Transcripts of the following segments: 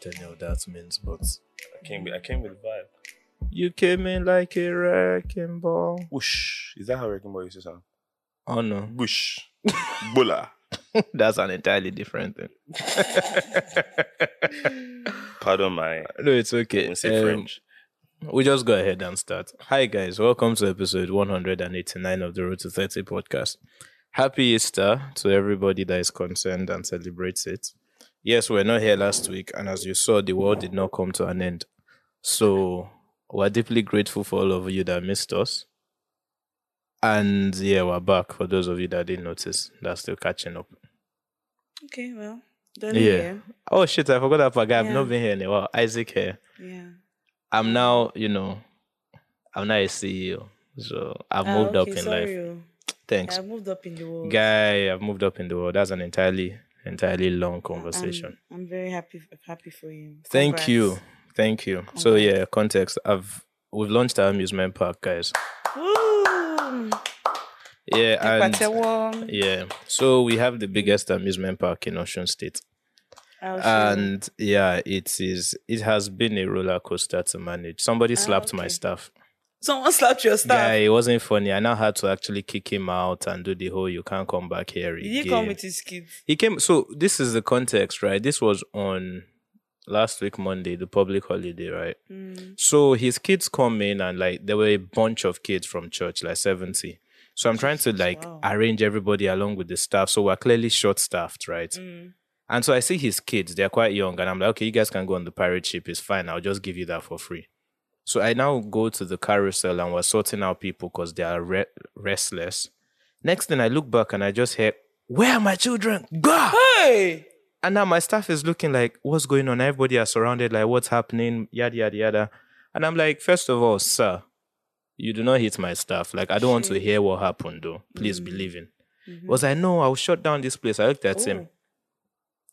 that means, but I came with, I came with vibe. you came in like a wrecking ball. Whoosh. Is that how Wrecking Ball used to sound? Oh no, Whoosh. Bula. that's an entirely different thing. Pardon my No, it's okay. we say Um, French. We just go ahead and start. Hi guys, welcome to episode 189 of the Road to 30 podcast. Happy Easter to everybody that is concerned and celebrates it. Yes, we we're not here last week, and as you saw, the world did not come to an end. So we're deeply grateful for all of you that missed us. And yeah, we're back for those of you that didn't notice. That's still catching up. Okay, well, done Yeah. here. Oh shit, I forgot that guy. I've Yeah. not been here in a while. Isaac here. Yeah. I'm now, you know, I'm now a CEO. So I've Ah, moved up okay, in sorry, life. oh. Thanks. I've moved up in the world. Guy, I've moved up in the world. That's an entirely, entirely long I'm- conversation. I'm, very happy happy for you. Thank Congrats. you. Thank you. So Congrats. yeah, context. I've we've launched our amusement park, guys. Woo! Yeah, and Patewo. yeah. So we have the biggest amusement park in Ocean State. I'll show you. And yeah, it is it has been a roller coaster to manage. Somebody Ah, slapped my okay. staff. someone slapped your staff. Guy, it wasn't funny. I now had to actually kick him out and do the whole "you can't come back here" Did he again. come with his kids? he came. So this is the context, right? This was on last week Monday, the public holiday, right? Mm. So his kids come in and like there were a bunch of kids from church, like seventy. So I'm trying to like Wow. arrange everybody along with the staff. So we're clearly short staffed, right? Mm. And so I see his kids, they're quite young, and I'm like, okay, you guys can go on the pirate ship, it's fine, I'll just give you that for free. So I now go to the carousel and we're sorting out people because they are re- restless. Next thing I look back and I just hear, Where are my children? Go! Hey! And now my staff is looking like, What's going on? Everybody are surrounded, like, What's happening? Yada, yada, yada. And I'm like, First of all, sir, you do not hit my staff. Like, I don't want to Shit. hear what happened, though. Please Mm. believe in. Mhm. Was I, No, I'll shut down this place. I looked at him Oh.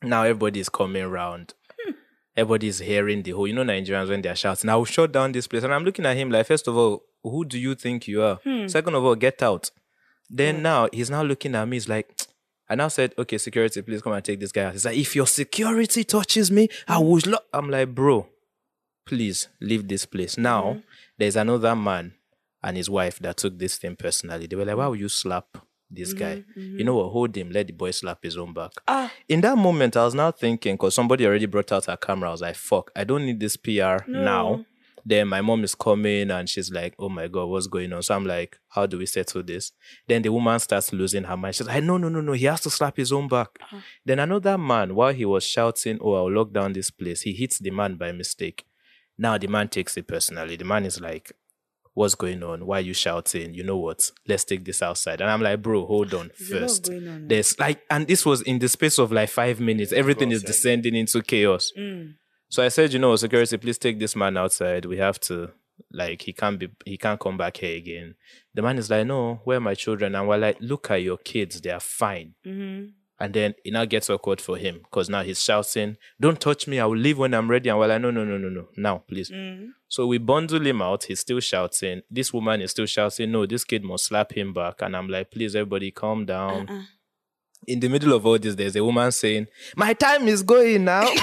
now everybody's coming round. Everybody's hearing the whole, you know, Nigerians when they're shouting, I'll shut down this place. And I'm looking at him like, first of all, who do you think you are? Hmm. Second of all, get out. Then now he's now looking at me, he's like, I now said, okay, security, please come and take this guy out. He's like, if your security touches me, I will. Lo-. I'm like, bro, please leave this place. Now Mm-hmm. there's another man and his wife that took this thing personally. They were like, why would you slap this guy? You know what? Hold him, let the boy slap his own back Mm-hmm, Ah, in that moment, I was now thinking because somebody already brought out her camera. I was like, "Fuck, I don't need this PR now." No. Then my mom is coming and she's like, "Oh my god, what's going on?" So I'm like, "How do we settle this?" Then the woman starts losing her mind. She's like, "No, no, no, no! He has to slap his own back." Ah. Then another man, while he was shouting, "Oh, I'll lock down this place," he hits the man by mistake. Now the man takes it personally. The man is like, "What's going on? Why are you shouting? You know what? Let's take this outside." And I'm like, "Bro, hold on there's a lot first. going on. There's like, and this was in the space of like five minutes. Everything is Godsend. descending into chaos. Mm. So I said, you know, security, please take this man outside. We have to, like, he can't be, he can't come back here again. The man is like, no, where are my children? And we're like, look at your kids, they are fine. Mhm. And then it now gets awkward for him because now he's shouting, don't touch me, I will leave when I'm ready. And we're like, no, no, no, no, no, now, please. Mm. So we bundle him out. He's still shouting. This woman is still shouting, no, this kid must slap him back. And I'm like, please, everybody, calm down Uh-uh. in the middle of all this, there's a woman saying, "My time is going now."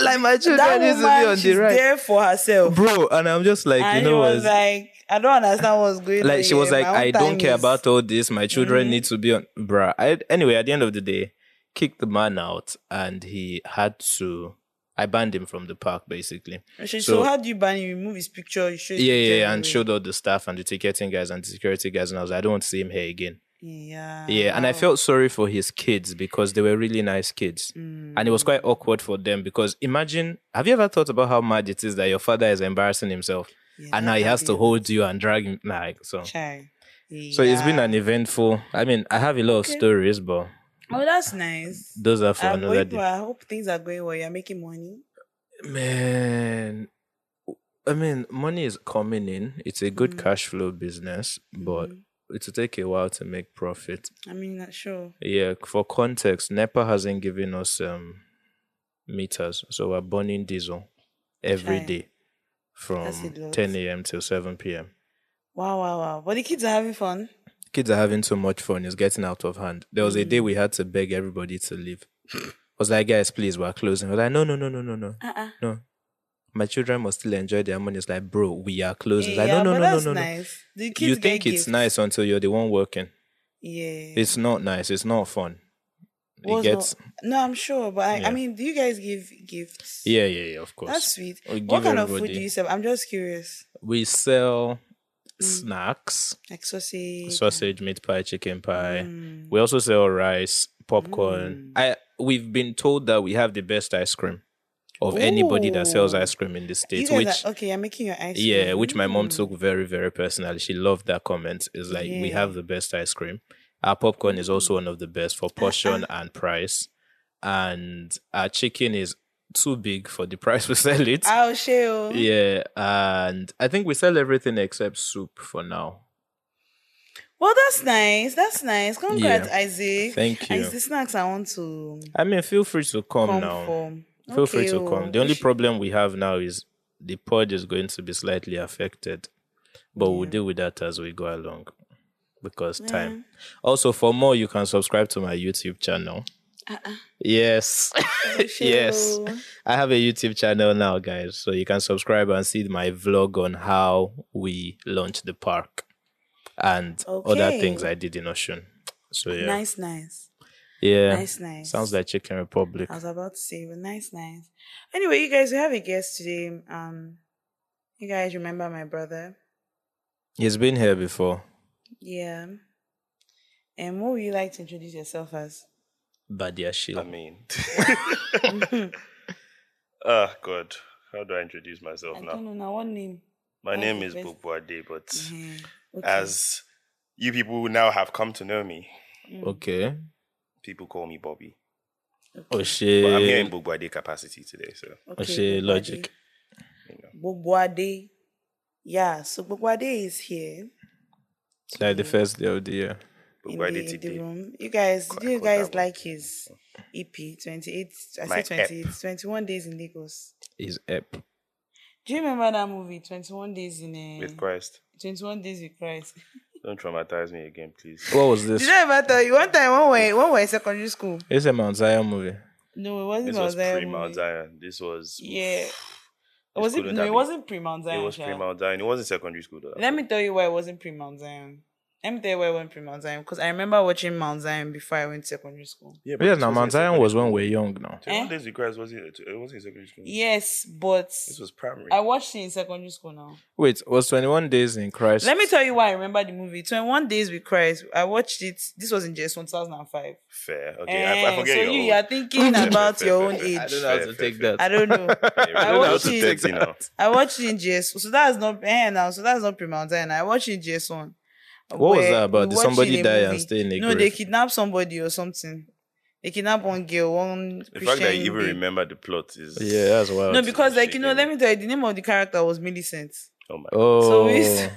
like my That children needs to be woman, on she's the right, there for herself. bro. And I'm just like, and you know he what? was like, I don't understand what's going on. like she was here. like, My own "I don't time care is- Mm. about all this. My children need to be on, bruh." I, anyway, at the end of the day, kicked the man out, and he had to. I banned him from the park, basically. So, So- so how do you ban him? You remove his picture, you show his Yeah, picture yeah, yeah, and everywhere. showed all the staff and the ticketing guys and the security guys, and I was like, "I don't want to see him here again." Yeah. Yeah, and I wow. felt sorry for his kids because they were really nice kids. Mm. And it was quite awkward for them because imagine have you ever thought about how mad it is that your father is embarrassing himself Yeah, and now he that has to is- hold you and drag him like so. Chai. So it's been Yeah. an eventful I mean, I have a lot of Okay. stories, but Oh, that's nice. those are for I'm another going to, day. I hope things are going well. You're making money. Man I mean, money is coming in. It's a good Mhm. cash flow business, but Mhm. it will take a while to make profit. I mean, not sure. Yeah, for context, NEPA hasn't given us um meters, so we're burning diesel every Fine. day That's a from lot. 10 a.m. till 7 p.m. Wow, wow, wow. But the kids are having fun. Mm. Kids are having so much fun, it's getting out of hand. There was a day we had to beg everybody to leave was like, guys, please, we're closing. I was like, no, no, no, no, no, no. Uh-uh. No. My children must still enjoy their money. It's like, bro, we are closing. It's Yeah, like, no, no, but no, no, that's no, no. nice. The kids You get think it's gifts. nice until you're the one working. Yeah. It's not nice. It's not fun. Was it not- gets no, I'm sure, but I, Yeah. I mean, do you guys give gifts? yeah, yeah, yeah. Of course. That's sweet. We what give kind of food everybody- do you serve? I'm just curious. we sell Mm. snacks, Like sausage. sausage, meat pie, chicken pie. Mm. We also sell rice, popcorn. Mm. I we've been told that we have the best ice cream of anybody that sells Ooh. ice cream in the You states. guys Which are, okay, I'm making your ice cream. yeah, which my mom Mm. took very very personally. She loved that comment. It's like we have Yeah. Mm. the best ice cream. Our popcorn is also one of the best Uh, for portion and price, and our chicken is too big for the price we sell it. Oh, shit. yeah, and I think we sell everything except soup for now. Well, that's nice. That's nice. Congrats, Isaac. Thank And you. it's the snacks I want to I mean, feel free to come, come now. for. Feel free Okay, to oh, come. The we only should- problem we have now is the pod is going to be slightly affected, but we'll Yeah. deal with that as we go along because time. Yeah. Also, for more, you can subscribe to my YouTube channel. Uh-uh. Yes, Oh, shit, Yes. oh. I have a YouTube channel now, guys, so you can subscribe and see my vlog on how we launched the park and other Okay. things I did in Ocean. So yeah, Nice, nice. yeah, Nice, nice. sounds like Chicken Republic. I was about to say, but nice, nice. Anyway, you guys, we have a guest today. Um, you guys remember my brother? He's been here before. Yeah. And what would you like to introduce yourself as? Badia I Shield. mean, ah, God, how do I introduce myself I now? don't know now. What name? My That's name the is best. Bubuade, but Mhm. Okay. as you people who now have come to know me, Mm. Okay. people call me Bobby. Oh But I'm here in shit. Bubuade capacity today, so Oshe Bobwade. logic. you know. Bobwade. Yeah, so Bobwade is here Like the first day of the year. in Bubuade the, in the today. room. You guys, Call- do you call that guys one. like his EP? 28, I My E say 28, ep. 21 days in Lagos. Is ep. Do you remember that movie, 21 Days in With uh, Christ, 21 Days with Christ? don't traumatize me again, please. What was Did this? I ever tell you one time when we were, when we were in secondary school? It's a Mount Zion movie. No, it wasn't This Mount was Zion pre Mount movie. Zion. This was um, Yeah. Was it, couldn't no, have it been- wasn't pre Mount Zion. It was sha. pre Mount Zion. It wasn't secondary school though. Let me tell you why it wasn't pre Mount Zion. Let me tell you why it wasn't pre Mount Zion because I remember watching Mount Zion before I went to secondary school. Yeah, Yeah, now Mount Zion was when we were young now. Twenty one Eh? days with Christ wasn't it? It wasn't in secondary school. Yes, but This was primary. I watched it in secondary school now. Wait, was 21 Days in Christ? Let me tell you why I remember the movie 21 Days with Christ. I watched it. This was in JS 2005. Fair. Okay, I, I Eh, forget so your you, old. you are thinking about your own I age. I don't know how to take that. I don't know. Yeah, I I watched was it. thirty now. I watched it in JS. So that's not eh, now. So that's not pre Mount Zion. I watched it in JS one. What was where that about? we Did watched somebody in a die and movie. stay in a No, they grave? kidnap somebody or something. They kidnap one girl, one The fact that you even babe. remember the plot is Yeah, that's wild. No, be- because like you know, shaking. let me tell you, the name of the character was Millicent. oh my oh. So we used,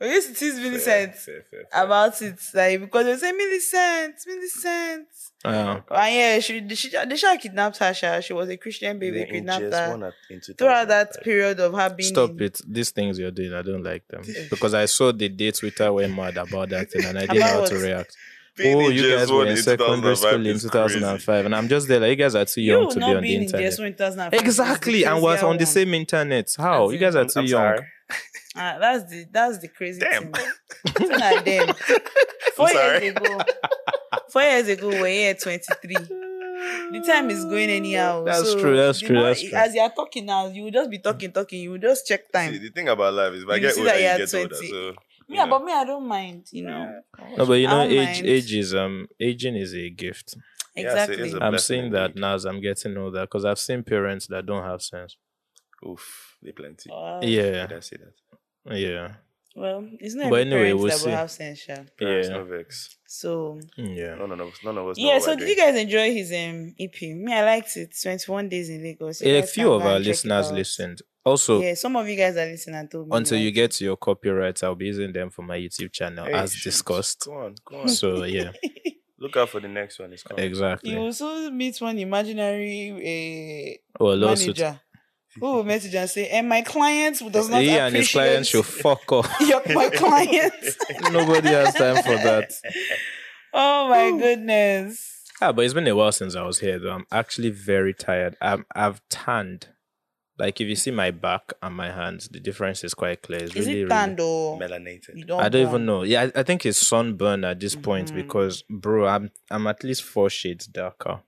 we used to tease fair, Millicent fair, fair, fair. about it, like because they say Millicent, Millicent. Ah. And yeah, she she they sha kidnapped her. Sha. She was a Christian baby, Then in kidnapped GS1 her. at- in Throughout that 2005. period of her being Stop in- it. These things you're doing, I don't like them. Because I saw the day Twitter went mad about that thing and I didn't know how About to what? react. Being oh, in you guys GS1 were in secondary 2005 school in is 2005, crazy. and I'm just there like you guys are too You young will to be not on be the in internet. JS1 in 2005. Exactly, and was on the same internet. How As you in- guys are I'm- too I'm young? sorry. Ah, that's the that's the crazy Damn. thing. Look at them. Four sorry. years ago. Four years ago, we we're here at 23. The time is going anyhow. That's so true, that's the true, more- that's true. As you are talking now, you will just be talking, talking. You will just check time. See, the thing about life is, if I You get see older, that you you're get older. 20. So, you yeah, know. but me, I don't mind. You know No, but you know, Our age mind. age is um aging is a gift. Yeah, so it is exactly. a- I'm blessing seeing that indeed. now as I'm getting older because I've seen parents that don't have sense. oof, they plenty. Wow. Yeah, Did I say that? yeah, Uh, Well, it's not But every anyway, parents we'll that see. will have censure. Parents, Yeah. No vex. So yeah. None of us. None of us. know yeah. what So we're did doing. you guys enjoy his um EP? Me, I liked it. 21 days in Lagos. You A guys few can of go our and check it listeners out. listened. Also, yeah, some of you guys are listening and told me. until you liked get to your copyrights, I'll be using them for my YouTube channel Hey, as shoot. discussed. Go on, go on. So yeah, it. Look out for the next one. It's coming. exactly. You also meet one imaginary Or uh, lawsuit. manager who will message and say, "And my client does not He appreciate and his clients should fuck off. your, my client." Nobody has time for that. oh my goodness! Ah, but it's been a while since I was here, though. I'm actually very tired. I'm, I've tanned. Like, if you see my back and my hands, the difference is quite clear. It's Is really, it really- tanned or Melanated. you don't? I don't burn? even know. Yeah, I, I think it's sunburn at this point Mhm. because, bro, I'm I'm at least four shades darker.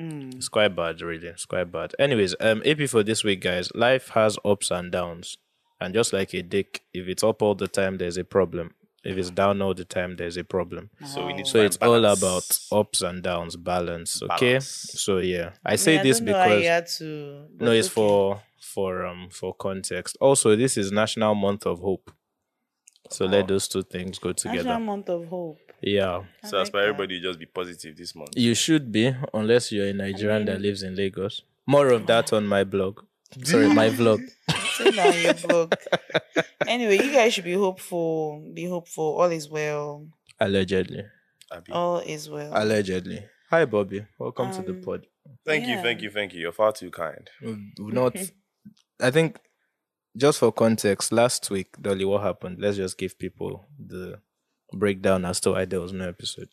Mm. It's quite bad, really. It's quite bad. Anyways, um, AP for this week, guys. Life has ups and downs, and just like a dick, if it's up all the time, there's a problem. If it's down all the time, there's a problem. So we need So Find it's all about balance. ups and downs, balance. Okay. Balance. So yeah, I mean, say I this don't know how because you had to, but no, it's okay. for for um for context. Also, this is National Month of Hope. So let Oh. those two things go together. National month of hope. Yeah. I So as like for that. everybody, just be positive this month. You should be, unless you're a Nigerian that mean- lives in Lagos. More of that on my blog. Sorry, my vlog. Sit down, you book. Anyway, you guys should be hopeful. Be hopeful. All is well. Allegedly. Abi. All is well. Allegedly. Hi, Bobby. Welcome to the Um, pod. Thank you, yeah. thank you, thank you. You're far too kind. We've we've not. I think, just for context, last week, Dolly, what happened? Let's just give people the breakdown as to why there was no episode.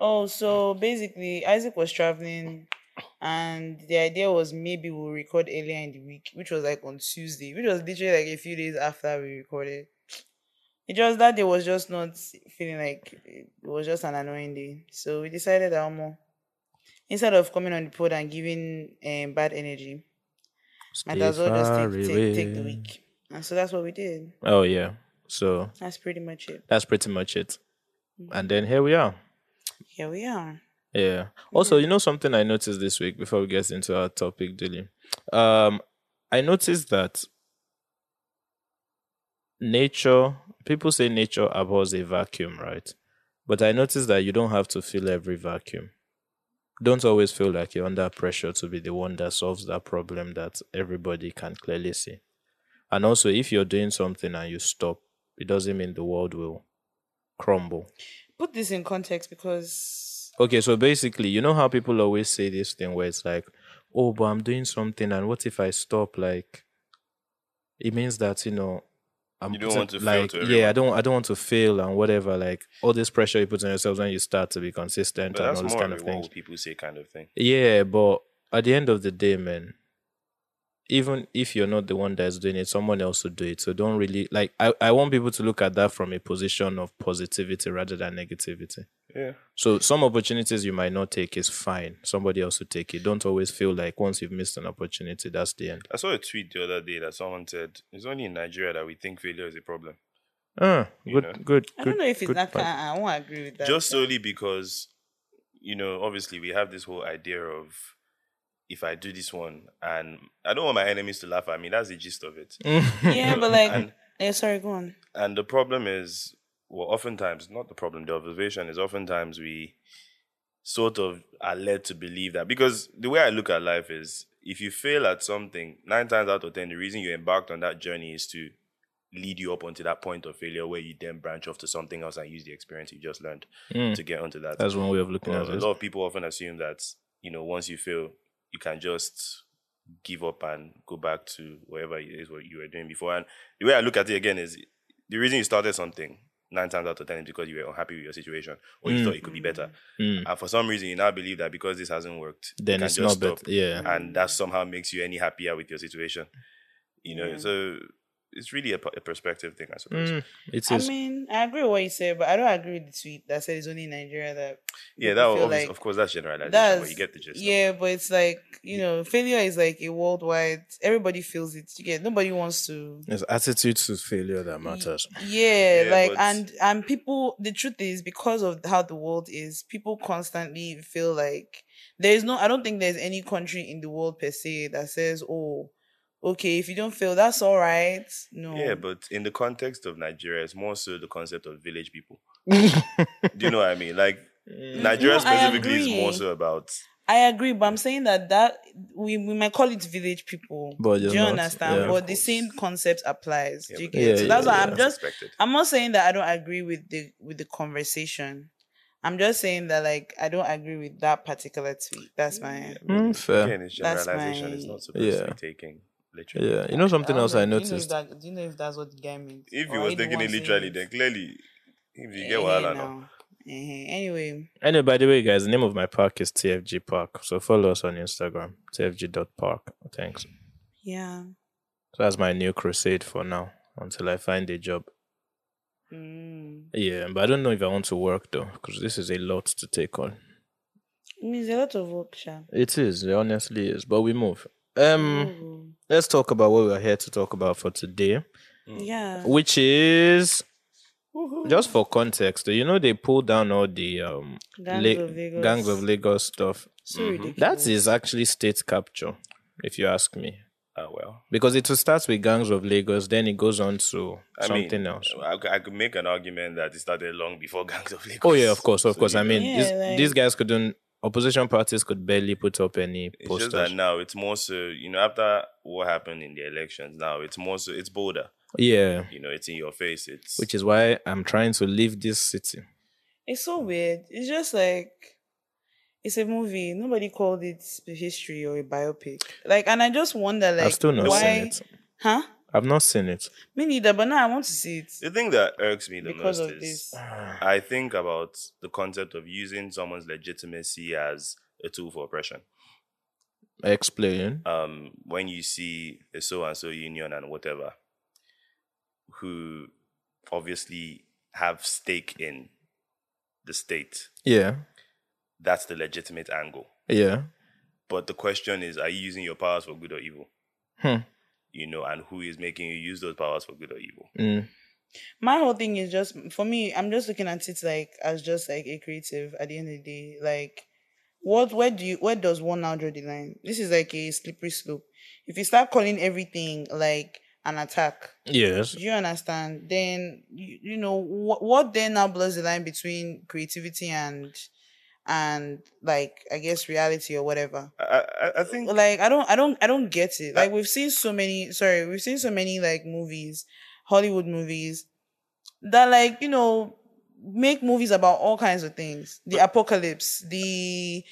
Oh, so basically, Isaac was traveling, and the idea was maybe we'll record earlier in the week, which was like on Tuesday, which was literally like a few days after we recorded. It just that day was just not feeling like it was just an annoying day. So we decided that Omo, instead of coming on the pod and giving um, bad energy, might as well just take, take, take the week. And so that's what we did. Oh, yeah. So That's pretty much it. that's pretty much it. And then here we are. Here we are. Yeah. Also, you know something I noticed this week before we get into our topic, Dilly. Um, I noticed that nature. People say nature abhors a vacuum, right? But I noticed that you don't have to fill every vacuum. Don't always feel like you're under pressure to be the one that solves that problem that everybody can clearly see. And also, if you're doing something and you stop, it doesn't mean the world will crumble. Put this in context because Okay, so basically, you know how people always say this thing where it's like, oh, but I'm doing something, and what if I stop? Like, it means that, you know, I'm You don't putting- want to fail like, to yeah, I everyone. don't, I don't want to fail and whatever. Like all this pressure you put on yourselves when you start to be consistent But and that's all this more kind of of a what things. would people say kind of thing. Yeah, but at the end of the day, man, even if you're not the one that's doing it, someone else will do it. So don't really like. I, I want people to look at that from a position of positivity rather than negativity. Yeah. So some opportunities you might not take is fine. Somebody else will take it. Don't always feel like once you've missed an opportunity, that's the end. I saw a tweet the other day that someone said it's only in Nigeria that we think failure is a problem. Ah, You good, know. good. I good, don't know if it's good that point. kind. I won't agree with that. Just solely because, you know, obviously we have this whole idea of if I do this one and I don't want my enemies to laugh at me. That's the gist of it. Mm. yeah, but like, And- yeah, sorry, go on. And the problem is, well, oftentimes, not the problem, the observation is oftentimes we sort of are led to believe that. Because the way I look at life is if you fail at something, nine times out of 10, the reason you embarked on that journey is to lead you up onto that point of failure where you then branch off to something else and use the experience you just learned Hmm. Mm, to get onto that. that's one way of looking Well, at a it. lot of people often assume that, you know, once you fail, you can just give up and go back to whatever it is what you were doing before. And the way I look at it again is the reason you started something nine times out of ten is because you were unhappy with your situation or you Mm. thought it could be better. Mm, And for some reason you now believe that because this hasn't worked, you then can it's just not bad. stop. Yeah. And that somehow makes you any happier with your situation. You know, Yeah. so it's really a, p- a perspective thing, I suppose. Mm, it I is. mean, I agree with what you said, but I don't agree with the tweet that said it's only in Nigeria that. Yeah, people that feel obvious, like- of course that's generalization, but you get the gist. of it. Yeah, but it's like you know, failure is like a worldwide. Everybody feels it. You get nobody wants to. it's attitude to failure that matters. Yeah, Yeah, like but- and and people. The truth is, because of how the world is, people constantly feel like there is no. I don't think there's any country in the world per se that says, "Oh, okay, if you don't fail, that's all right." No. Yeah, but in the context of Nigeria, it's more so the concept of village people. Do you know what I mean? Like Mm. Nigeria No, I specifically is more agree. so about I agree, but I'm saying that that we, we might call it village people. But do you're you not, understand? yeah. But the Of course. same concept applies. Yeah, do you but get? Yeah, so that's yeah, why yeah. I'm just expected. I'm not saying that I don't agree with the with the conversation. I'm just saying that like I don't agree with that particular tweet. That's my Mm, fair. Again, it's That's generalization. It's my- not supposed to Yeah. be taken literally. Yeah. You know something don't else know, I do you know if noticed. that- do you know if that's what the guy means? If Or you were are the taking it ones saying literally, it? then clearly if you Eh, get wahala now. no. Eh, Anyway, Anyway, by the way, guys, the name of my park is TFG Park. So follow us on Instagram, tfg.park. Thanks. yeah. So that's my new crusade for now until I find a job. Mm. Yeah, but I don't know if I want to work though, because this is a lot to take on. It means a lot of work, Sha. It is, it honestly is, but we move. Um, Ooh. let's talk about what we're here to talk about for today, Yeah. which is Woohoo. just for context. You know, they pulled down all the um Gangs La- of Lagos. gangs of Lagos stuff. So Mhm. ridiculous. That is actually state capture, if you ask me. Ah, well. Because it will start with gangs of Lagos, then it goes on to I mean, uh, something else. I, c- I could make an argument that it started long before Gangs of Lagos. Oh yeah, of course, of So, course. you I know, mean, these, Yeah, these like- guys couldn't. Opposition parties could barely put up any it's just posters. that now it's more so. You know, after what happened in the elections, now it's more so. It's bolder. Yeah, You know, it's in your face. It's which is why I'm trying to leave this city. It's so weird. It's just like it's a movie. Nobody called it a history or a biopic. Like, and I just wonder, like, I've still not why? seen it. Huh? I've not seen it. Me neither. But now I want to see it the thing that irks me the because most of is this. Ah, I think about the concept of using someone's legitimacy as a tool for oppression. Explain. um, when you see a so and so union and whatever, who obviously have stake in the state, Yeah, that's the legitimate angle. yeah. But the question is, are you using your powers for good or evil? Hmm. You know, and who is making you use those powers for good or evil? Mm. My whole thing is just for me. I'm just looking at it like as just like a creative. At the end of the day, like what where do you where does one now draw the line? This is like a slippery slope. If you start calling everything like an attack, Yes. Do you understand? Then you, you know what what then now blurs the line between creativity and and like I guess reality or whatever. I, I, I think Like I don't I don't I don't get it. I- Like we've seen so many sorry, we've seen so many like movies, Hollywood movies that like, you know, make movies about all kinds of things. The apocalypse, the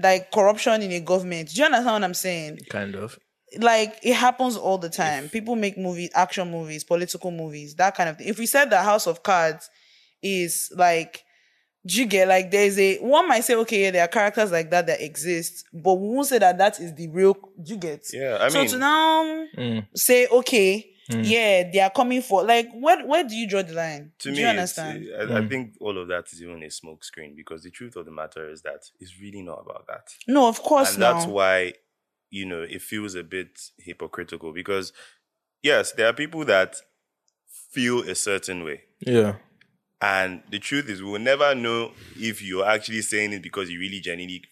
like corruption in the government. Do you understand what I'm saying? Kind of. like it happens all the time. People make movies, action movies, political movies, that kind of thing. If we said the House of Cards is like, do you get like there's a one might say okay, yeah, there are characters like that that exist, but we won't say that that is the real. Do you get? yeah. I so mean, to now Mm. say okay, Mm. yeah, they are coming for like where where do you draw the line? to do me, it's- you eh, understand? I, I Mm. think all of that is even a smoke screen because the truth of the matter is that it's really not about that. No, of course and that's now. why you know it feels a bit hypocritical because yes there are people that feel a certain way Yeah. and the truth is we will never know if you're actually saying it because you really genuinely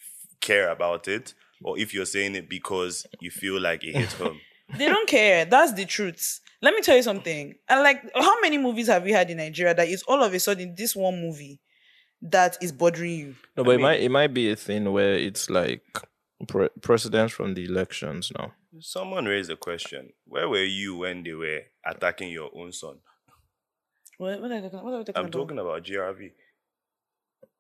care about it or if you're saying it because you feel like it hits home they don't care. That's the truth. Let me tell you something. And like, how many movies have we had in Nigeria that is all of a sudden this one movie that is bothering you? No, but it might it might be a thing where it's like pre- precedents from the elections now. someone raised a question where were you when they were attacking your own son What, what are they talking, what are we talking i'm about? talking about grv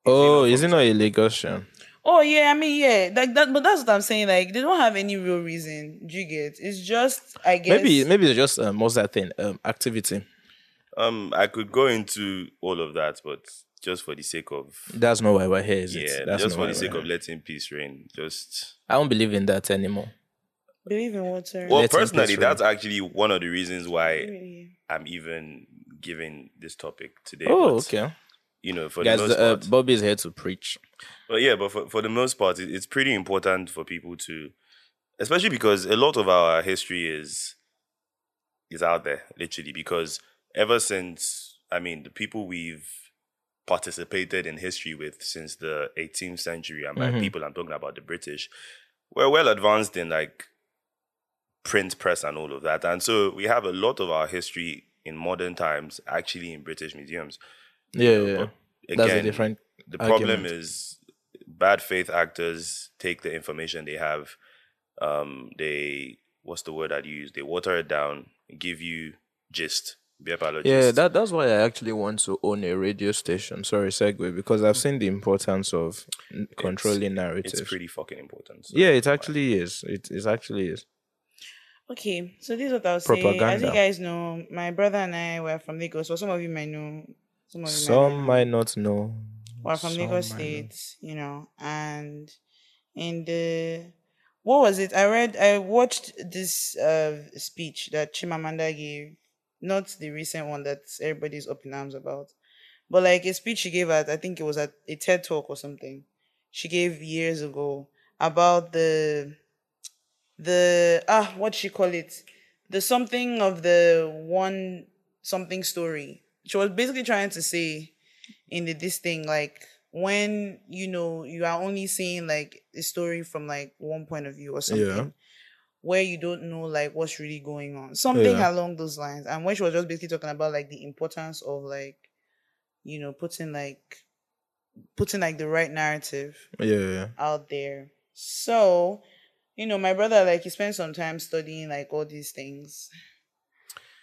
Oh, not is it from- not a Lagosian? Oh yeah, I mean yeah, like that. But that's what I'm saying. Like they don't have any real reason. Do you get? It's just I guess Maybe maybe it's just um, what's that thing? Um, activity. um i could go into all of that but just for the sake of That's not why we're here, is it? Yeah, That's just not why for the sake we're of here. letting peace reign. Just I don't believe in that anymore. believe in water. well, Letting peace personally, reign. that's actually one of the reasons why Really. I'm even giving this topic today. Oh, but, okay. You know, for Guys, the most uh, part, Bobby is here to preach. but yeah, but for, for the most part, it, it's pretty important for people to, especially because a lot of our history is is out there, literally, because ever since I mean, the people we've participated in history with since the 18th century, and by Mhm. people I'm talking about the British, were well advanced in like print press and all of that, and so we have a lot of our history in modern times actually in British museums. Yeah, yeah, know, yeah. but that's a different. the problem argument. is bad faith actors take the information they have um they what's the word i'd use they water it down give you gist be apologist Yeah, that that's why I actually want to own a radio station. Sorry, segue because I've seen the importance of n- controlling narratives. it's pretty fucking important so yeah, it why- actually is. It it actually is. Okay, so this is what I'll say. As Propaganda. you guys know, my brother and I were from Lagos. Well, some of you might know. Some of you might not Some know. might not know. We're from So Lagos minor. State, you know, and in the what was it? I read, I watched this uh, speech that Chimamanda gave, not the recent one that everybody's up in arms about, but like a speech she gave at, I think it was at a TED talk or something. She gave years ago about the the ah what she call it the something of the one something story. She was basically trying to say in the, this thing like when you know you are only seeing like a story from like one point of view or something where you don't know like what's really going on something Yeah. along those lines and when she was just basically talking about like the importance of like you know putting like putting like the right narrative Yeah. out there. So, you know, my brother like he spent some time studying like all these things.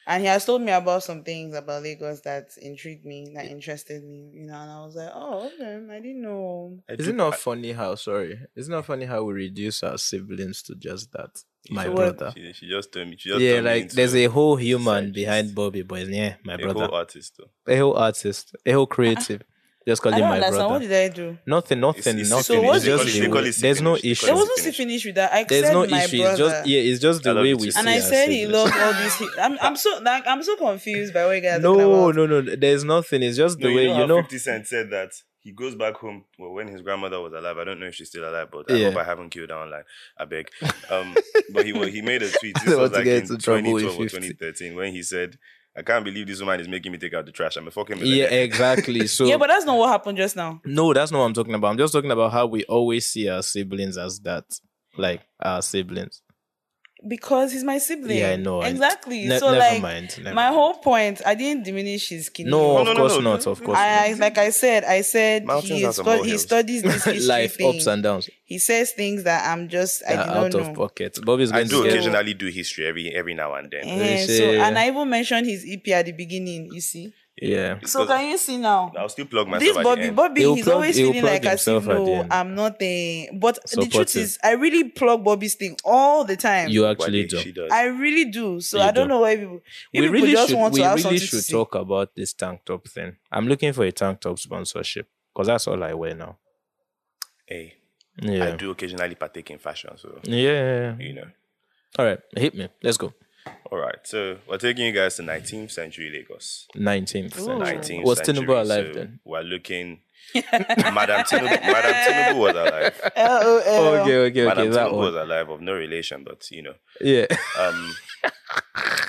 And he has told me about some things about Lagos that intrigued me, that interested me, you know, and I was like, Oh, okay, I didn't know. I Is do- it not funny how sorry? Is it not funny how we reduce our siblings to just that? My To what? brother. She, she just turned me. She just Yeah, turned me like into there's a whole human society. behind Bobby, but yeah, my a brother, whole artist. Though. a whole artist, a whole creative. Just call I him don't my understand. brother. What did I do? Nothing, nothing, it's nothing. So what it's do you just call it? the They way- call it there's no siblings, they issue. call There Just wasn't finish. finished. with that. I There's said no my issue. brother. It's just yeah, it's just I the love way you we too, see and our I said he siblings. loved all these. He- I'm, I'm so like I'm so confused by what you guys are talking No, about. no, no. There's nothing. It's just the No, way you know, you how know. 50 Cent said that he goes back home well, when his grandmother was alive. I don't know if she's still alive, but I Yeah. hope I haven't killed her online. I beg. Um, but he wa- he made a tweet. I This don't was want to like get in into trouble with 2012 or 50. 2013 when he said, I can't believe this woman is making me take out the trash. I'm a fucking Yeah, eh, millionaire. exactly. So yeah, but that's not what happened just now. no, that's not what I'm talking about. I'm just talking about how we always see our siblings as that, like our siblings. Because he's my sibling. Yeah, I know. I- Exactly. Ne- so never like mind. Never my mind. whole point, I didn't diminish his kidney. No, No, of no, no, course no. not. Of course. I, I like I said, I said Mountains he have is some stu- he molehills. studies this not. history Life thing. ups and downs. He says things that I'm just I They're do out not of know. pocket. Bobby's I going to do get. occasionally do history every every now and then. Eh, They so say- and I even mentioned his EP at the beginning. You see. Yeah. It's So 'cause can you see now? I'll still plug myself This at the Bobby, end. Bobby, He'll he's plug- always he'll feeling plug like as if himself at the no, end. I'm not a. But the truth Supportive. is, I really plug Bobby's thing all the time. You Why actually did do. She does. I really do. So You I don't do. know why people. we you people really just should, want to we have really something to should say. talk about this tank top thing. I'm looking for a tank top sponsorship because that's all I wear now. hey, I Yeah. do occasionally partake in fashion. So, Yeah. you know. All right. Hit me. Let's go. All right. So, we're taking you guys to 19th century Lagos. 19th. century. Ooh. 19th Was century, Tinubu alive so then? We're looking. Madam Tinubu, Madam Tinubu was alive. Oh, LOL. Okay, okay, okay. Madam That Tinubu one. was alive of no relation, but you know. Yeah. Um,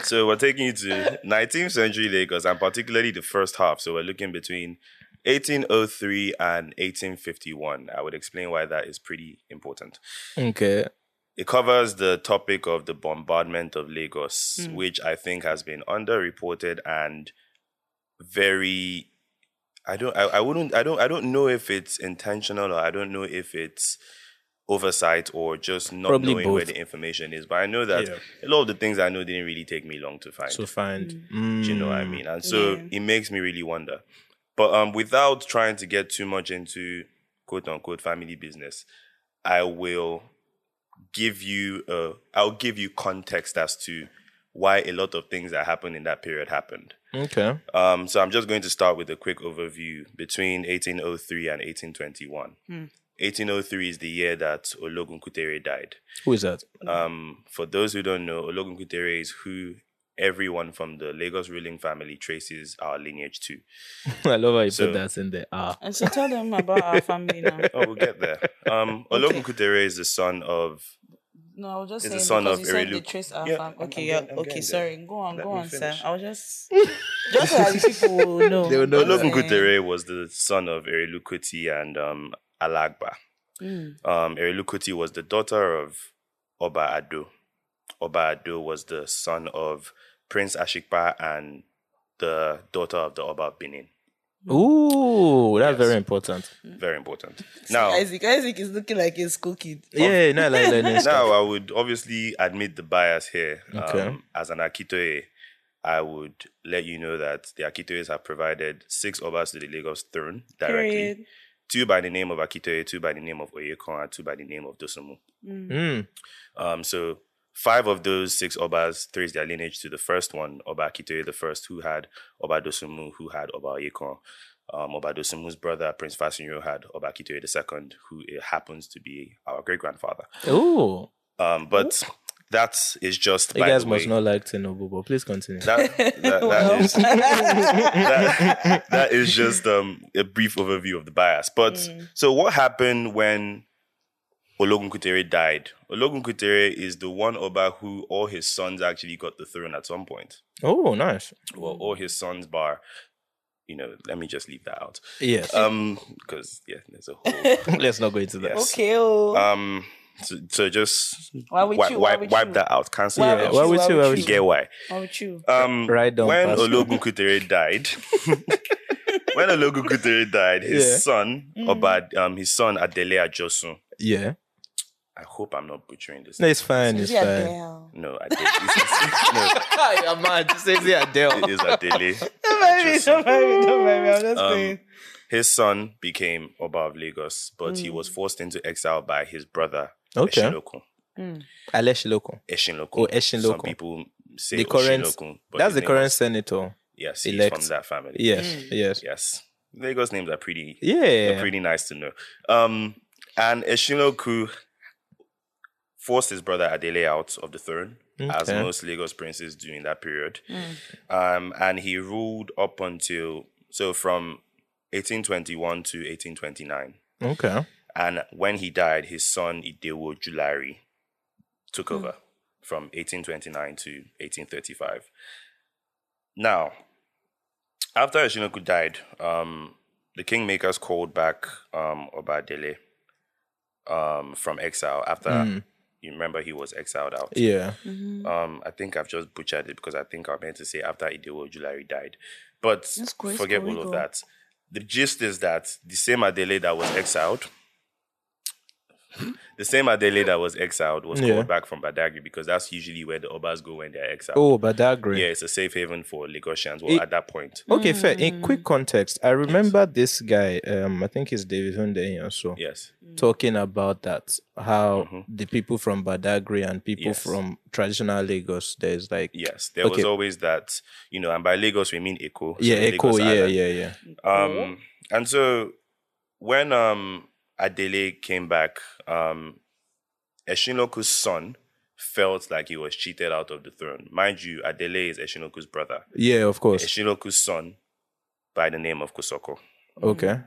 so we're taking you to 19th century Lagos and particularly the first half. So we're looking between 1803 and 1851. I would explain why that is pretty important. Okay. It covers the topic of the bombardment of Lagos, Hmm. Mm. which I think has been underreported and very I don't I, I wouldn't I don't I don't know if it's intentional or I don't know if it's oversight or just not Probably knowing where both. the information is. But I know that Yeah. a lot of the things I know didn't really take me long to find. So find. Do you know what I Mm. mean? And so Yeah. it makes me really wonder. But um, without trying to get too much into quote unquote family business, I will give you uh, I'll give you context as to why a lot of things that happened in that period happened. Mm. Okay. Um, so I'm just going to start with a quick overview between 1803 and 1821. Hmm. 1803 is the year that Ologun Kutere died. Who is that? Um, for those who don't know, Ologun Kutere is who everyone from the Lagos ruling family traces our lineage to. I love how you So- put that in there. Ah. And so tell them about our family now. Oh, we'll get there. Um, Ologun Kutere is the son of. No, I was just It's the son saying because of you said they Erelu. trace our Yeah, fam- I'm- Okay, I'm yeah, getting- I'm okay, getting there. sorry. Go on, Let go me on, Sam. finish. I was just just so that the people will know. They will know Just Ologun saying. Kutere was the son of Erelu Kuti and um, Alagba. Mm. Um, Erelu Kuti was the daughter of Oba Ado. Oba Ado was the son of Prince Ashikpa and the daughter of the Oba of Benin. Ooh, that's Yes. very important. Very important. Now, Isaac, Isaac is looking like a school kid. Yeah, no, like, like, like, now I would obviously admit the bias here. Um, Okay. As an Akitoe, I would let you know that the Akitoes have provided six Obas to the Lagos throne directly. Period. Two by the name of Akitoe, two by the name of Oyekon, and two by the name of Dosumu. Mm. Mm. Um, so five of those six obas trace their lineage to the first one, Oba Akitoye the first, who had Oba Dosumu, who had Oba Oyekon. um, Obadosim, whose brother Prince Fasinyo had, Obakitoye II, who uh, happens to be our great grandfather. Oh, Um, but that is just you by guys the must way. not like Tinubu, but please continue. That, that, that Well. is- that, that is just um, a brief overview of the bias. But Mm. so what happened when Ologun Kutere died? Ologun Kutere is the one Oba who all his sons actually got the throne at some point. oh, nice. Well, Mm. all his sons bar, you know, let me just leave that out. Yes. Um, because yeah, there's a whole Let's not go into that. yes. okay, oh. um so, so just Why wipe would you? Why wipe, would wipe you? that out. Cancel Why it Yeah, out. why would you- why would You you? get why. Why would you? Um, Right down. when past- Ologun Kutere died, when Ologun Kutere died, his Yeah. son Mm. Obad, um, his son Adele Ajosun. yeah. I hope I'm not butchering this. No, it's fine. It's Susie fine. Adele. No, Adele. It's, it's, no, I'm mad. Just say the it is Adele. Don't mind me, Ajosun. don't mind me, don't mind me. I'm just Um, playing. His son became Oba of Lagos, but he Mm. was forced into exile by his brother Okay. Eshinlokun. Mm. Alesh Loko. Eshinlokun. Oh, Eshinlokun. Some people say The current- Oshinlokun, but That's his the name current was- senator. Yes, he's elect. from that family. Yes. Mm. Yes. Yes. Lagos names are pretty they're Yeah. pretty nice to know. Um, and Eshinloku forced his brother Adele out of the throne, as Okay. most Lagos princes do in that period. Mm. Um, and he ruled up until so from 1821 to 1829. Okay. And when he died, his son Idewo Julari took over from 1829 to 1835. Now, after Ashinoku died, um, the kingmakers called back um, Obadele um, from exile after, Mm. you remember, he was exiled out. Yeah. Mhm. Mm. Um, I think I've just butchered it because I think I meant to say after Idewo Julari died. But That's great, forget all Korigo. of that. The gist is that the same Adele that was exiled, the same Adele that was exiled was Yeah. called back from Badagry because that's usually where the Obas go when they're exiled. Oh, Badagry. yeah, it's a safe haven for Lagosians. Well, It- at that point, Okay, fair. Mm. In quick context, I remember this guy, um, I think it's David Hundeyin or so, yes, talking about that, how Mhm. the people from Badagry and people Yes. from traditional Lagos, there's like, yes, there Okay. was always that, you know, and by Lagos we mean Eko. so yeah, Lagos Echo, yeah, Island. yeah, yeah. Mm-hmm. Um, and so when um Adele came back, um, Eshinoku's son felt like he was cheated out of the throne. Mind you, Adele is Eshinoku's brother. Yeah, of course. Eshinoku's son, by the name of Kosoko, Okay. Mm.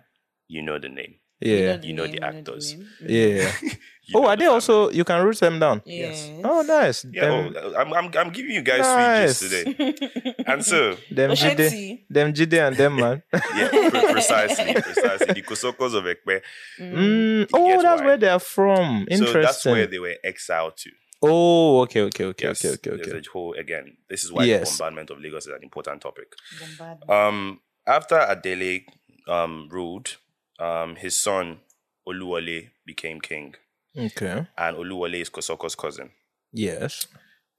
you know the name. Yeah. you know the name, you actors. name. Mm. Yeah. You Oh, know are the they family. also, you can root them down? Yes. Oh, nice. Yeah, Them, oh, I'm, I'm, I'm giving you guys Nice. sweet gist today. And so, them Jide, Osheti. them Jide and them, man. yeah, pre- precisely, precisely. The Kosokos of Ekpe. Mm. Mm, get oh, that's why. where they're from. So Interesting. that's where they were exiled to. oh, okay, okay, okay, Yes, okay, okay, okay. There's a whole, again, this is why Yes. the bombardment of Lagos is an important topic. Bombard. Um, after Adele um, ruled, um, his son Oluwole became king, Okay. and Oluwole is Kosoko's cousin. Yes.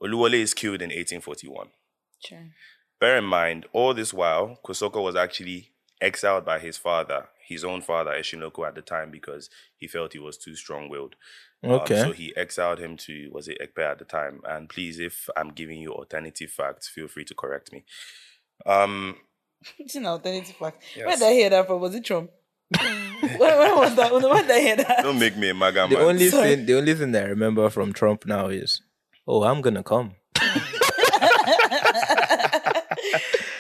Oluwole is killed in 1841. Sure. Bear in mind, all this while, Kosoko was actually exiled by his father, his own father, Eshinoko, at the time because he felt he was too strong willed. Okay. Um, so he exiled him to, was it Ekpe at the time? And please, if I'm giving you alternative facts, feel free to correct me. Um, It's an alternative fact. Where Yes. did I hear that from? Was it Trump? when, when was that? When did I hear that? don't make me a MAGA the man. only Sorry. thing the only thing that I remember from Trump now is, oh, I'm gonna come.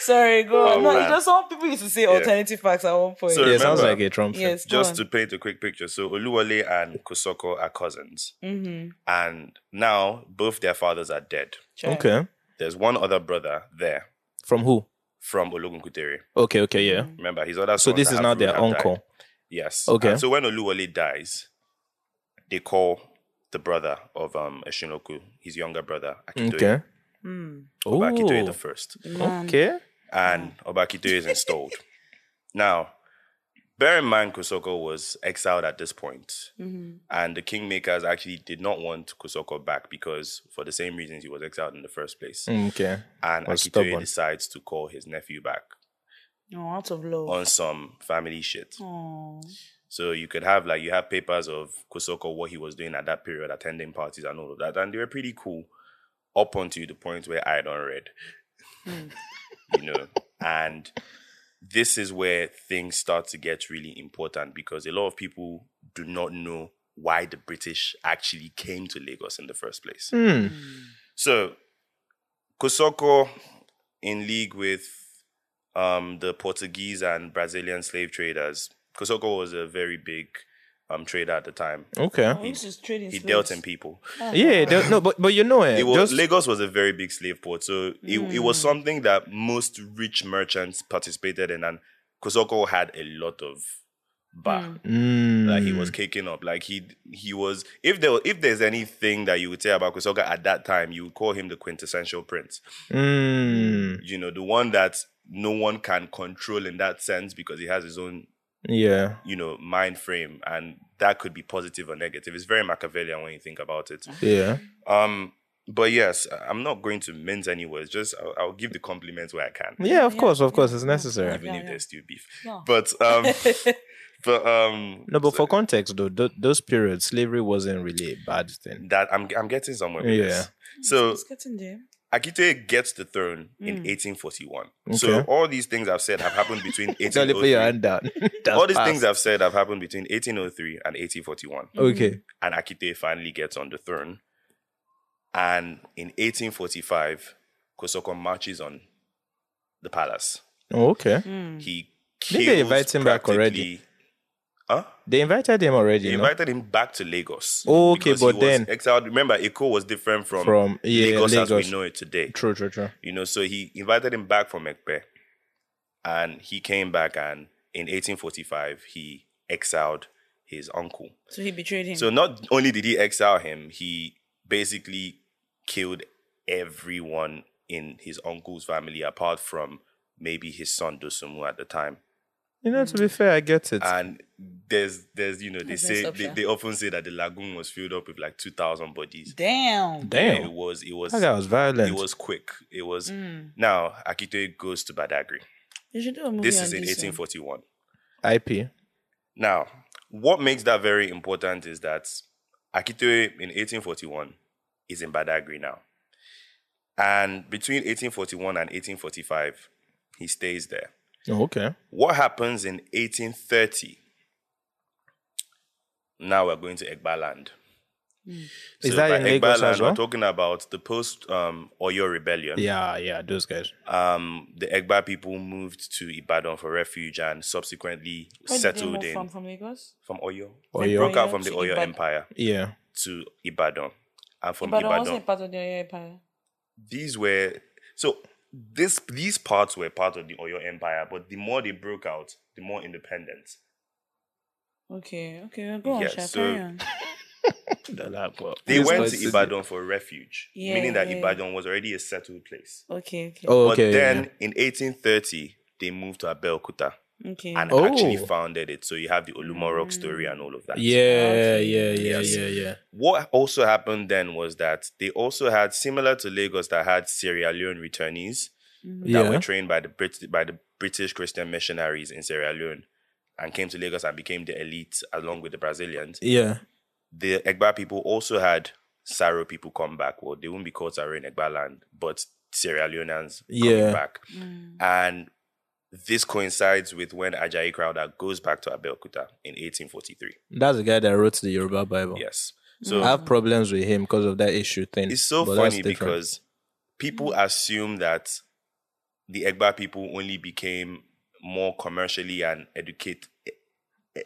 Sorry, go on. Oh, no, it's man. just some people used to say alternative facts at one point. So yeah, it sounds remember- like a Trump. thing. yes, go just on. to paint a quick picture, so Oluwale and Kosoko are cousins, Mhm. and now both their fathers are dead. Sure. Okay. There's one other brother there From who? from Ologunkutere. Okay. Okay. Yeah. Remember, his other So sons this that is have now ruled their have died. uncle. Yes. Okay. And so when Oluwale dies, they call the brother of um Eshinoku, his younger brother, Akitoye. Okay. Mm. Oh. Oba Akitoye the first. Man. Okay. And Oba Akitoye is installed. now, bear in mind Kosoko was exiled at this point. Mhm. And the kingmakers actually did not want Kosoko back because, for the same reasons, he was exiled in the first place. Okay. And Mm. Was Akitoye stubborn. decides to call his nephew back Oh, out of love. on some family shit. Oh. So you could have like you have papers of Kosoko what he was doing at that period, attending parties and all of that, and they were pretty cool up until the point where I don't read, Mm. you know, and this is where things start to get really important because a lot of people do not know why the British actually came to Lagos in the first place. Hmm. Mm. So, Kosoko in league with um, the Portuguese and Brazilian slave traders. Kosoko was a very big um, trader at the time. Okay. Oh, this is trading He dealt in slaves. people. Oh, Yeah, wow. there- no, but but you know eh, It was, just- Lagos was a very big slave port, so it, it was something that most rich merchants participated in, and Kosoko had a lot of bar. Mm. Like he was kicking up. Like he he was. If there if there's anything that you would say about Kusoka at that time, you would call him the quintessential prince. Mm. You know, the one that no one can control in that sense because he has his own Yeah. you know mind frame, and that could be positive or negative. It's very Machiavellian when you think about it. Yeah. Um, but yes, I- I'm not going to mince any words. Just I'll, I'll give the compliments where I can, Yeah, of yeah, course, of yeah, course, it's yeah. necessary. even Yeah, if yeah. there's still beef. No. But um, but um, No, but so for context though, th- those periods, slavery wasn't really a bad thing. that I'm I'm getting somewhere. With Yeah. This. So It's getting there. Akitoye gets the throne in Mm. 1841. Okay. So all these things I've said have happened between Charlie, put your 1803. hand down. all these things I've said have happened between 1803 and 1841, Mm-hmm. Okay. and Akitoye finally gets on the throne. And in 1845, Kosoko marches on the palace. Oh, okay. Mm. He Didn't they kills invite him back already? practically- Huh? They invited him already. They no? invited him back to Lagos. Oh, okay, because he but was then- exiled. Remember, Eko was different from, From- yeah, Lagos, as Lagos. we know it today. True, true, true. you know so he invited him back from Ekpe and he came back and in 1845 he exiled his uncle So he betrayed him. so not only did he exile him he basically killed everyone in his uncle's family apart from maybe his son Dosumu at the time You know, to Mm-hmm. be fair, I get it. and there's there's you know they That's say messed up, they, yeah. they often say that the lagoon was filled up with like 2000 bodies Damn. Damn, it was it was that guy was violent. it was quick it Mm. was now Akitoye goes to Badagry You should do a movie this on is in this one. 1841. IP. Now, what makes that very important is that Akitoe in 1841 is in Badagry now. And between 1841 and 1845, he stays there. Oh, okay. What happens in 1830? Now we're going to Egba land. Is Hmm. So that by in Lagos land, as well? We're talking about the post um, Oyo rebellion. Yeah, yeah, those guys. Um, the Egba people moved to Ibadan for refuge and subsequently Where did they settled move in from from Lagos? from Oyo. From They broke Oyo out from the to Oyo Ibadan. Empire Yeah. to Ibadan. And from Ibadan Ibadan, wasn't part of the Oyo Empire. these were so this these parts were part of the Oyo Empire, but the more they broke out, the more independent. Okay, okay, go on, Yeah, Sha, so- carry on. They This went was- to Ibadan for refuge, Yeah, meaning that yeah, yeah. Ibadan was already a settled place. Okay, okay, Oh, okay. but then yeah. in 1830, they moved to Abeokuta okay. and Oh. actually founded it. So you have the Olumorok story Mm. and all of that. Yeah, Okay. yeah, yeah, Yes. yeah, yeah. What also happened then was that they also had similar to Lagos that had Sierra Leone returnees. Mm, that Yeah. were trained by the Brit- by the British Christian missionaries in Sierra Leone and came to Lagos and became the elite along with the Brazilians. Yeah. The Egba people also had Saro people come back. Well, they wouldn't be called Saro in Egba land, but Sierra Leoneans Yeah. coming back. mm, And this coincides with when Ajayi Crowder goes back to Abeokuta in 1843. That's the guy that wrote the Yoruba Bible. Yes. mm. I So have problems with him because of that issue thing. it's so but that's funny different. because people assume that the Egba people only became more commercially and educate. eh, eh,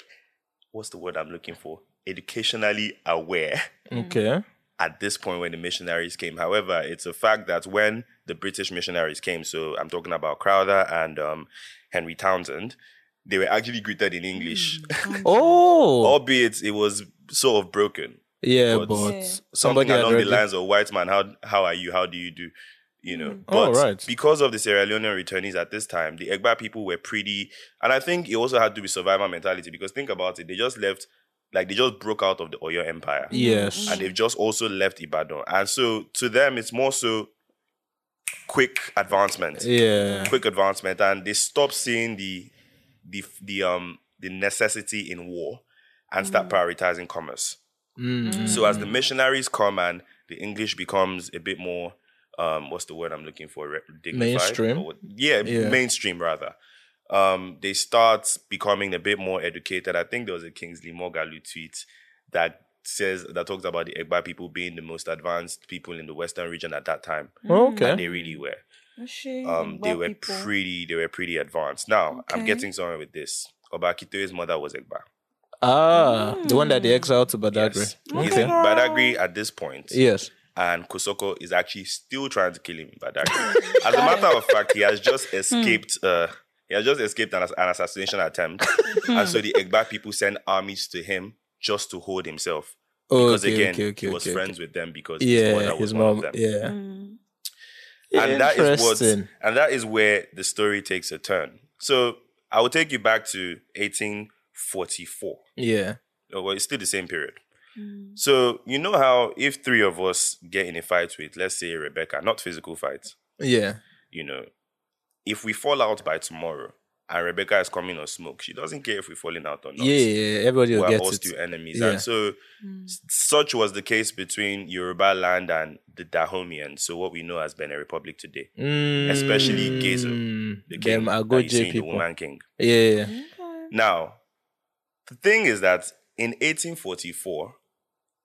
What's the word I'm looking for? Educationally aware Mm. okay. at this point when the missionaries came. However, it's a fact that when the British missionaries came, so I'm talking about Crowther and um, Henry Townsend, they were actually greeted in English, Mm, Oh, albeit it was sort of broken. yeah, but but, Yeah. somebody something had along already. the lines of white man how how are you how do you do you know Oh, but right. because of the sierra leonean returnees at this time the egba people were pretty and i think it also had to be survival mentality because think about it they just left like they just broke out of the oyo Mm, empire yes. and they've just also left ibadan and so to them it's more so quick advancement Yeah. quick advancement and they stop seeing the the the um the necessity in war and start prioritizing commerce Mm. so as the missionaries come and the English becomes a bit more, um, what's the word I'm looking for? Re- dignified? Mainstream? Or what- yeah, Yeah. mainstream rather. um, they start becoming a bit more educated. I think there was a Kingsley Mogalu tweet that says that talks about the Egba people being the most advanced people in the Western region at that time. mm. Oh, okay. And they really were. Um, they were pretty. They were pretty advanced. Now I'm Okay. getting somewhere with this. Obakito's mother was Egba. Ah, the one that they exiled to Badagry. Yes. Okay. He's in Badagry at this point. Yes. and Kosoko is actually still trying to kill him in Badagry. As a matter of fact, he has just escaped. Uh, he has just escaped an, ass- an assassination attempt, Hmm. and so the Egba people send armies to him just to hold himself because okay, again okay, okay, he was okay, friends with them because okay. Yeah, his mother was his one mom. of them. Yeah. Mm, And that is what- Interesting. And that is where the story takes a turn. So I will take you back to 1844. Yeah. Oh, Well, it's still the same period. mm, So you know how if three of us get in a fight with, let's say Rebecca, not physical fight, Yeah. you know, if we fall out by tomorrow and Rebecca is coming on smoke, she doesn't care if we're falling out or not. Yeah, yeah, yeah. Everybody will We're get all it. still enemies. Yeah. And so s- such was the case between Yoruba land and the Dahomians, so what we know as Benin Republic today. Especially Gezo, Mm, The Them king that you see Agoje in the people. woman king. Yeah, yeah. mm. Now, the thing is that in 1844,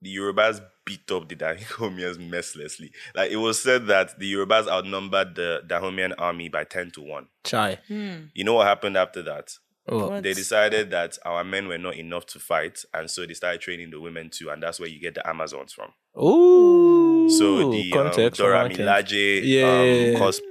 the Yorubas beat up the Dahomians mercilessly. Like it was said that the Yorubas outnumbered the Dahomian army by 10 to 1. Chai. You know what happened after that? Oh. What? They decided that our men were not enough to fight, and so they started training the women too, and that's where you get the Amazons from. Ooh. So the um, context. Dora market. Milaje, Yeah. Hmm. um, cos-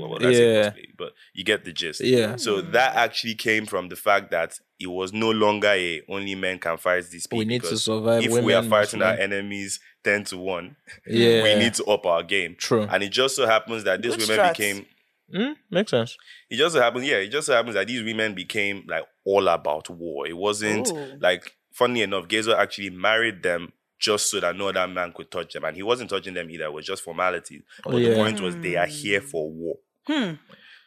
what would I say Yeah. cosplay? but you get the gist. Yeah. So that actually came from the fact that it was no longer a only men can fight this. We need to survive. If women we are must fighting our learn. enemies ten to one, yeah. we need to up our game. True. And it just so happens that these Good women strat. became. Mm, makes sense. It just so happens, yeah. It just so happens that these women became like all about war. It wasn't Ooh. like funny enough, Gezo actually married them just so that no other man could touch them, and he wasn't touching them either. It was just formalities. But yeah. the point was they are here Hmm. for war. Hmm.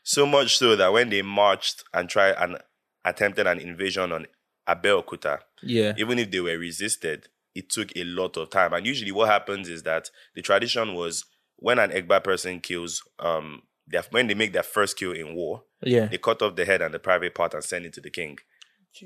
So much so that when they marched and tried and attempted an invasion on Abeokuta, yeah. even if they were resisted, it took a lot of time. And usually, what happens is that the tradition was when an Egba person kills, um, their, when they make their first kill in war, Yeah. they cut off the head and the private part and send it to the king,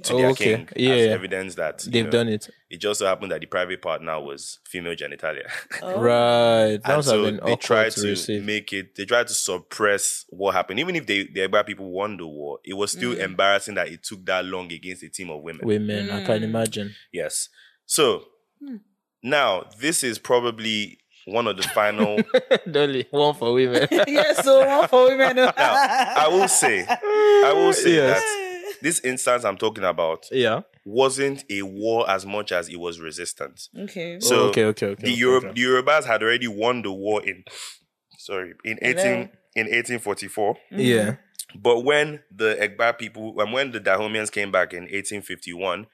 to Oh, their okay. king, Yeah, as yeah. evidence that you They've know, done it. it just so happened that the private part now was female genitalia. Oh. Right. That and must have so been they awkward tried to, to, receive. make it, they tried to suppress what happened. Even if they, the Egba people won the war, it was still Mm. embarrassing that it took that long against a team of women. women. I can Mm. imagine. Yes. So Hmm. now this is probably one of the final. Dolly, one for women. yes, so one for women. I will say, I will say Yes. that this instance I'm talking about yeah. wasn't a war as much as it was resistance. Okay. So, Oh, okay, okay, okay. the okay, Europe, okay. the Yorubas had already won the war in, sorry, in eighteen Hello? in 1844. Mm-hmm. Yeah. But when the Egba people, and when the Dahomians came back in 1851,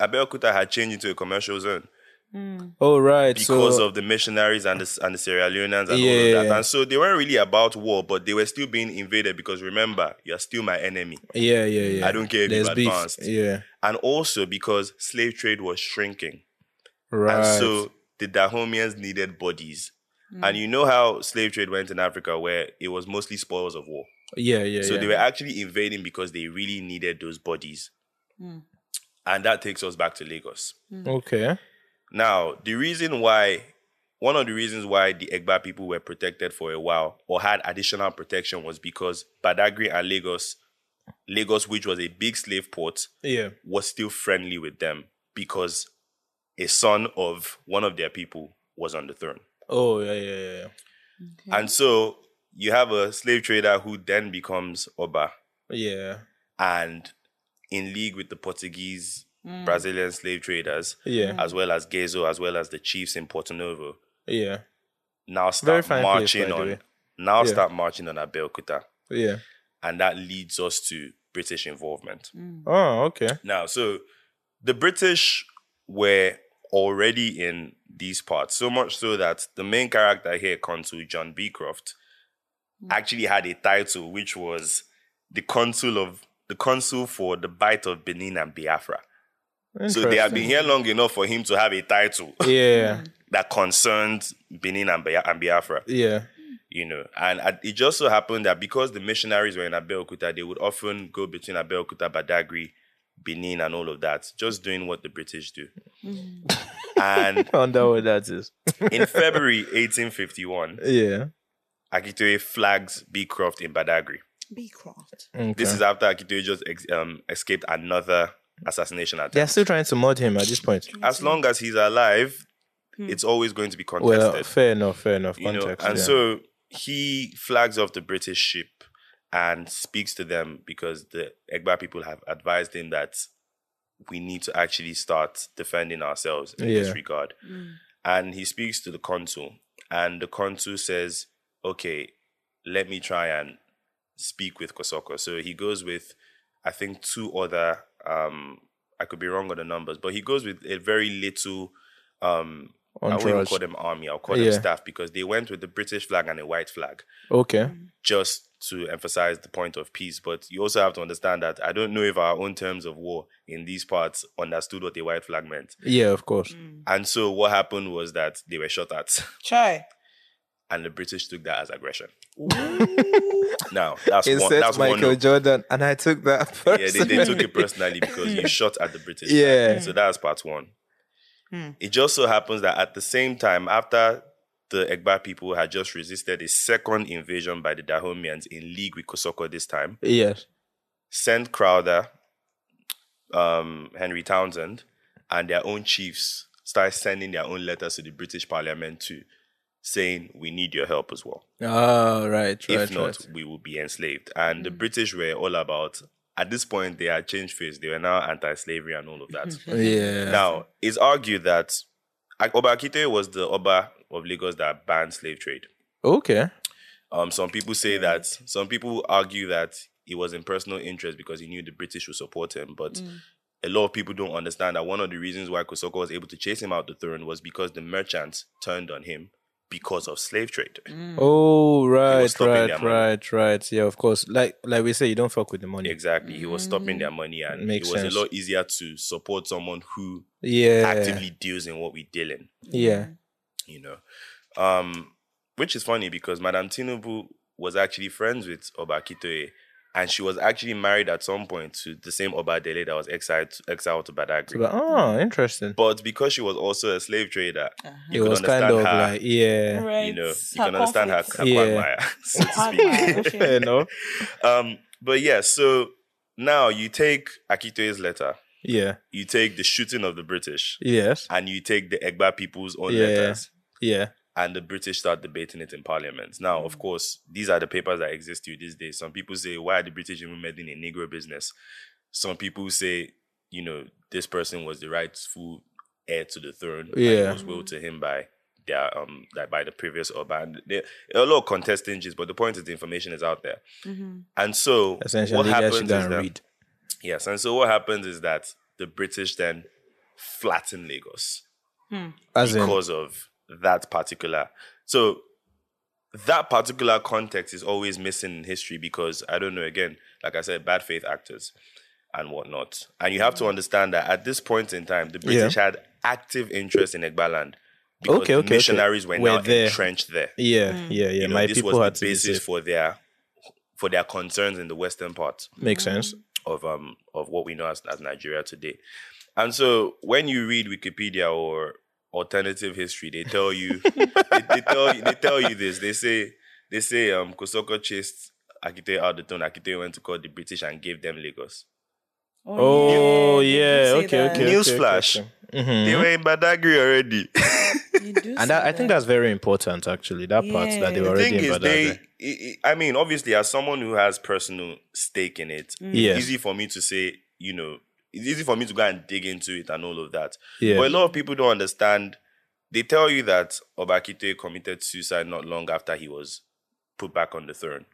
Abeokuta had changed into a commercial zone. Mm-hmm. Oh right. because so, of the missionaries and the, and the Sierra Leoneans and all Yeah. of that. And so they weren't really about war, but they were still being invaded because remember, you're still my enemy. yeah, yeah, yeah. I don't care if There's you've beef. advanced. Yeah. And also because slave trade was shrinking. Right. Hmm. And so the Dahomians needed bodies. And you know how slave trade went in Africa where it was mostly spoils of war. yeah, yeah. so yeah. they were actually invading because they really needed those bodies. Mm. And that takes us back to Lagos. okay. Now, the reason why, one of the reasons why the Egba people were protected for a while or had additional protection was because Badagry and Lagos, Lagos, which was a big slave port, Yeah. was still friendly with them because a son of one of their people was on the throne. Oh yeah, yeah, yeah, yeah. Mm-hmm. And so you have a slave trader who then becomes Oba Yeah. and in league with the Portuguese, Mm-hmm. Mm. Brazilian slave traders, Yeah. as well as Gezo, as well as the chiefs in Porto Novo. Yeah. now Very start fine place, marching by the way. on now Yeah. start marching on Abeokuta. Yeah. And that leads us to British involvement. Oh, okay. Now, so the British were already in these parts, so much so that the main character here, Consul John Beecroft, actually had a title which was the consul of the consul for the Bight of Benin and Biafra. So they had been here long enough for him to have a title Interesting. Yeah. that concerned Benin and, Bia- and Biafra. Yeah. you you know. And I- it just so happened that because the missionaries were in Abeokuta, they would often go between Abeokuta, Badagry, Benin, and all of that, just doing what the British do. Mm-hmm. and I wonder what that is. in February 1851, Yeah. Akitoye flags Beecroft in Badagry. Beecroft. Okay. This is after Akitoye just ex- um, escaped another assassination attempt. They're still trying to mud Mm-hmm. him at this point. As long as he's alive, Hmm. it's always going to be contested. Well, fair enough, fair enough. you know, Context. and yeah. so he flags off the British ship and speaks to them because the Egba people have advised him that we need to actually start defending ourselves in Yeah. this regard. Mm-hmm. And he speaks to the consul, and the consul says, "Okay, let me try and speak with Kosoko." So he goes with, I think, two other. Um, I could be wrong on the numbers, but he goes with a very little um, I won't even Entourage. call them army. I'll call Yeah. them staff because they went with the British flag and a white flag Okay. just to emphasize the point of peace. But you also have to understand that I don't know if our own terms of war in these parts understood what the white flag meant. Yeah, of course. And so what happened was that they were shot at, Chai. and the British took that as aggression. Now that's It one. says That's one. Michael no. Jordan, and I took that Yeah, first. they, they took it personally because you shot at the British. flag. Yeah. So that's part one. Hmm. It just so happens that at the same time, after the Egba people had just resisted a second invasion by the Dahomians in league with Kosoko this time, Yes. sent Crowther, um, Henry Townsend, and their own chiefs started sending their own letters to the British Parliament too, saying, We need your help as well. Ah, right, right, if not, right. we will be enslaved. And the Mm. British were all about, at this point, they had changed face. They were now anti slavery and all of that. Mm-hmm. Yeah. Now, it's argued that Ak- Oba Akite was the Oba of Lagos that banned slave trade. okay. Um, some people say that, some people argue that it was in personal interest because he knew the British would support him. But Mm. Mm-hmm. a lot of people don't understand that one of the reasons why Kosoko was able to chase him out the throne was because the merchants turned on him because of slave trade. Oh, right, stopping their right, money. right, right. Yeah, of course. Like, like we say, you don't fuck with the money. Exactly. He was stopping their money and Mm. Makes it was sense. a lot easier to support someone who Yeah. actively deals in what we deal in. Yeah. Mm-hmm. you know. Um, which is funny because Madame Tinubu was actually friends with Oba Kitoe, and she was actually married at some point to the same Oba Dele that was exiled exiled to So, Badagry. but, oh, interesting. But because she was also a slave trader, Uh-huh. it you could was kind of understand her, like, yeah. Right. you know, you can understand her, her Yeah. quagmire, so to Quagmire, speak. okay. no? um, but yeah, so now you take Akitoe's letter, Yeah. you take the shooting of the British, Yes. and you take the Egba people's own Yeah. letters. Yeah. and the British start debating it in parliament. Now, Mm. of course, these are the papers that exist to you these days. Some people say, why are the British even meddling in Negro business? Some people say, you know, this person was the rightful heir to the throne. and Yeah. it was willed to him by their um like by the previous Oba. And there there are a lot of contesting gist, but the point is the information is out there. Mm-hmm. And so Essentially, what what happens should is go and that, read. yes, and so what happens is that the British then flatten Lagos As in, because of that particular. So that particular context is always missing in history because I don't know. Again, like I said, bad faith actors and whatnot, and you have Mm. to understand that at this point in time, the British had active interest in Egbaland because Okay, the okay, okay. missionaries were, Were now there. entrenched there. yeah, yeah, yeah. You know, My this people was had the to be basis safe. for their for their concerns in the western part Makes sense. of um of what we know as, as Nigeria today. And so when you read Wikipedia or alternative history, they tell you they, they tell you they tell you this. They say they say um Kosoko chased Akite out the throne. Akite went to call the British and gave them Lagos. Oh, yeah. Mm-hmm. You do say Okay, okay. that. Newsflash. okay, okay. Mhm. They were in Badagry already. You do And say that, I think that's very important, actually. That part that they Yeah. were the thing already in is, they. Badagry. i i- I mean, obviously, as someone who has personal stake in it, Mm. Yeah, easy for me to say, you know, it's easy for me to go and dig into it and all of that. But yeah. a lot of people don't understand. They tell you that Obakite committed suicide not long after he was put back on the throne.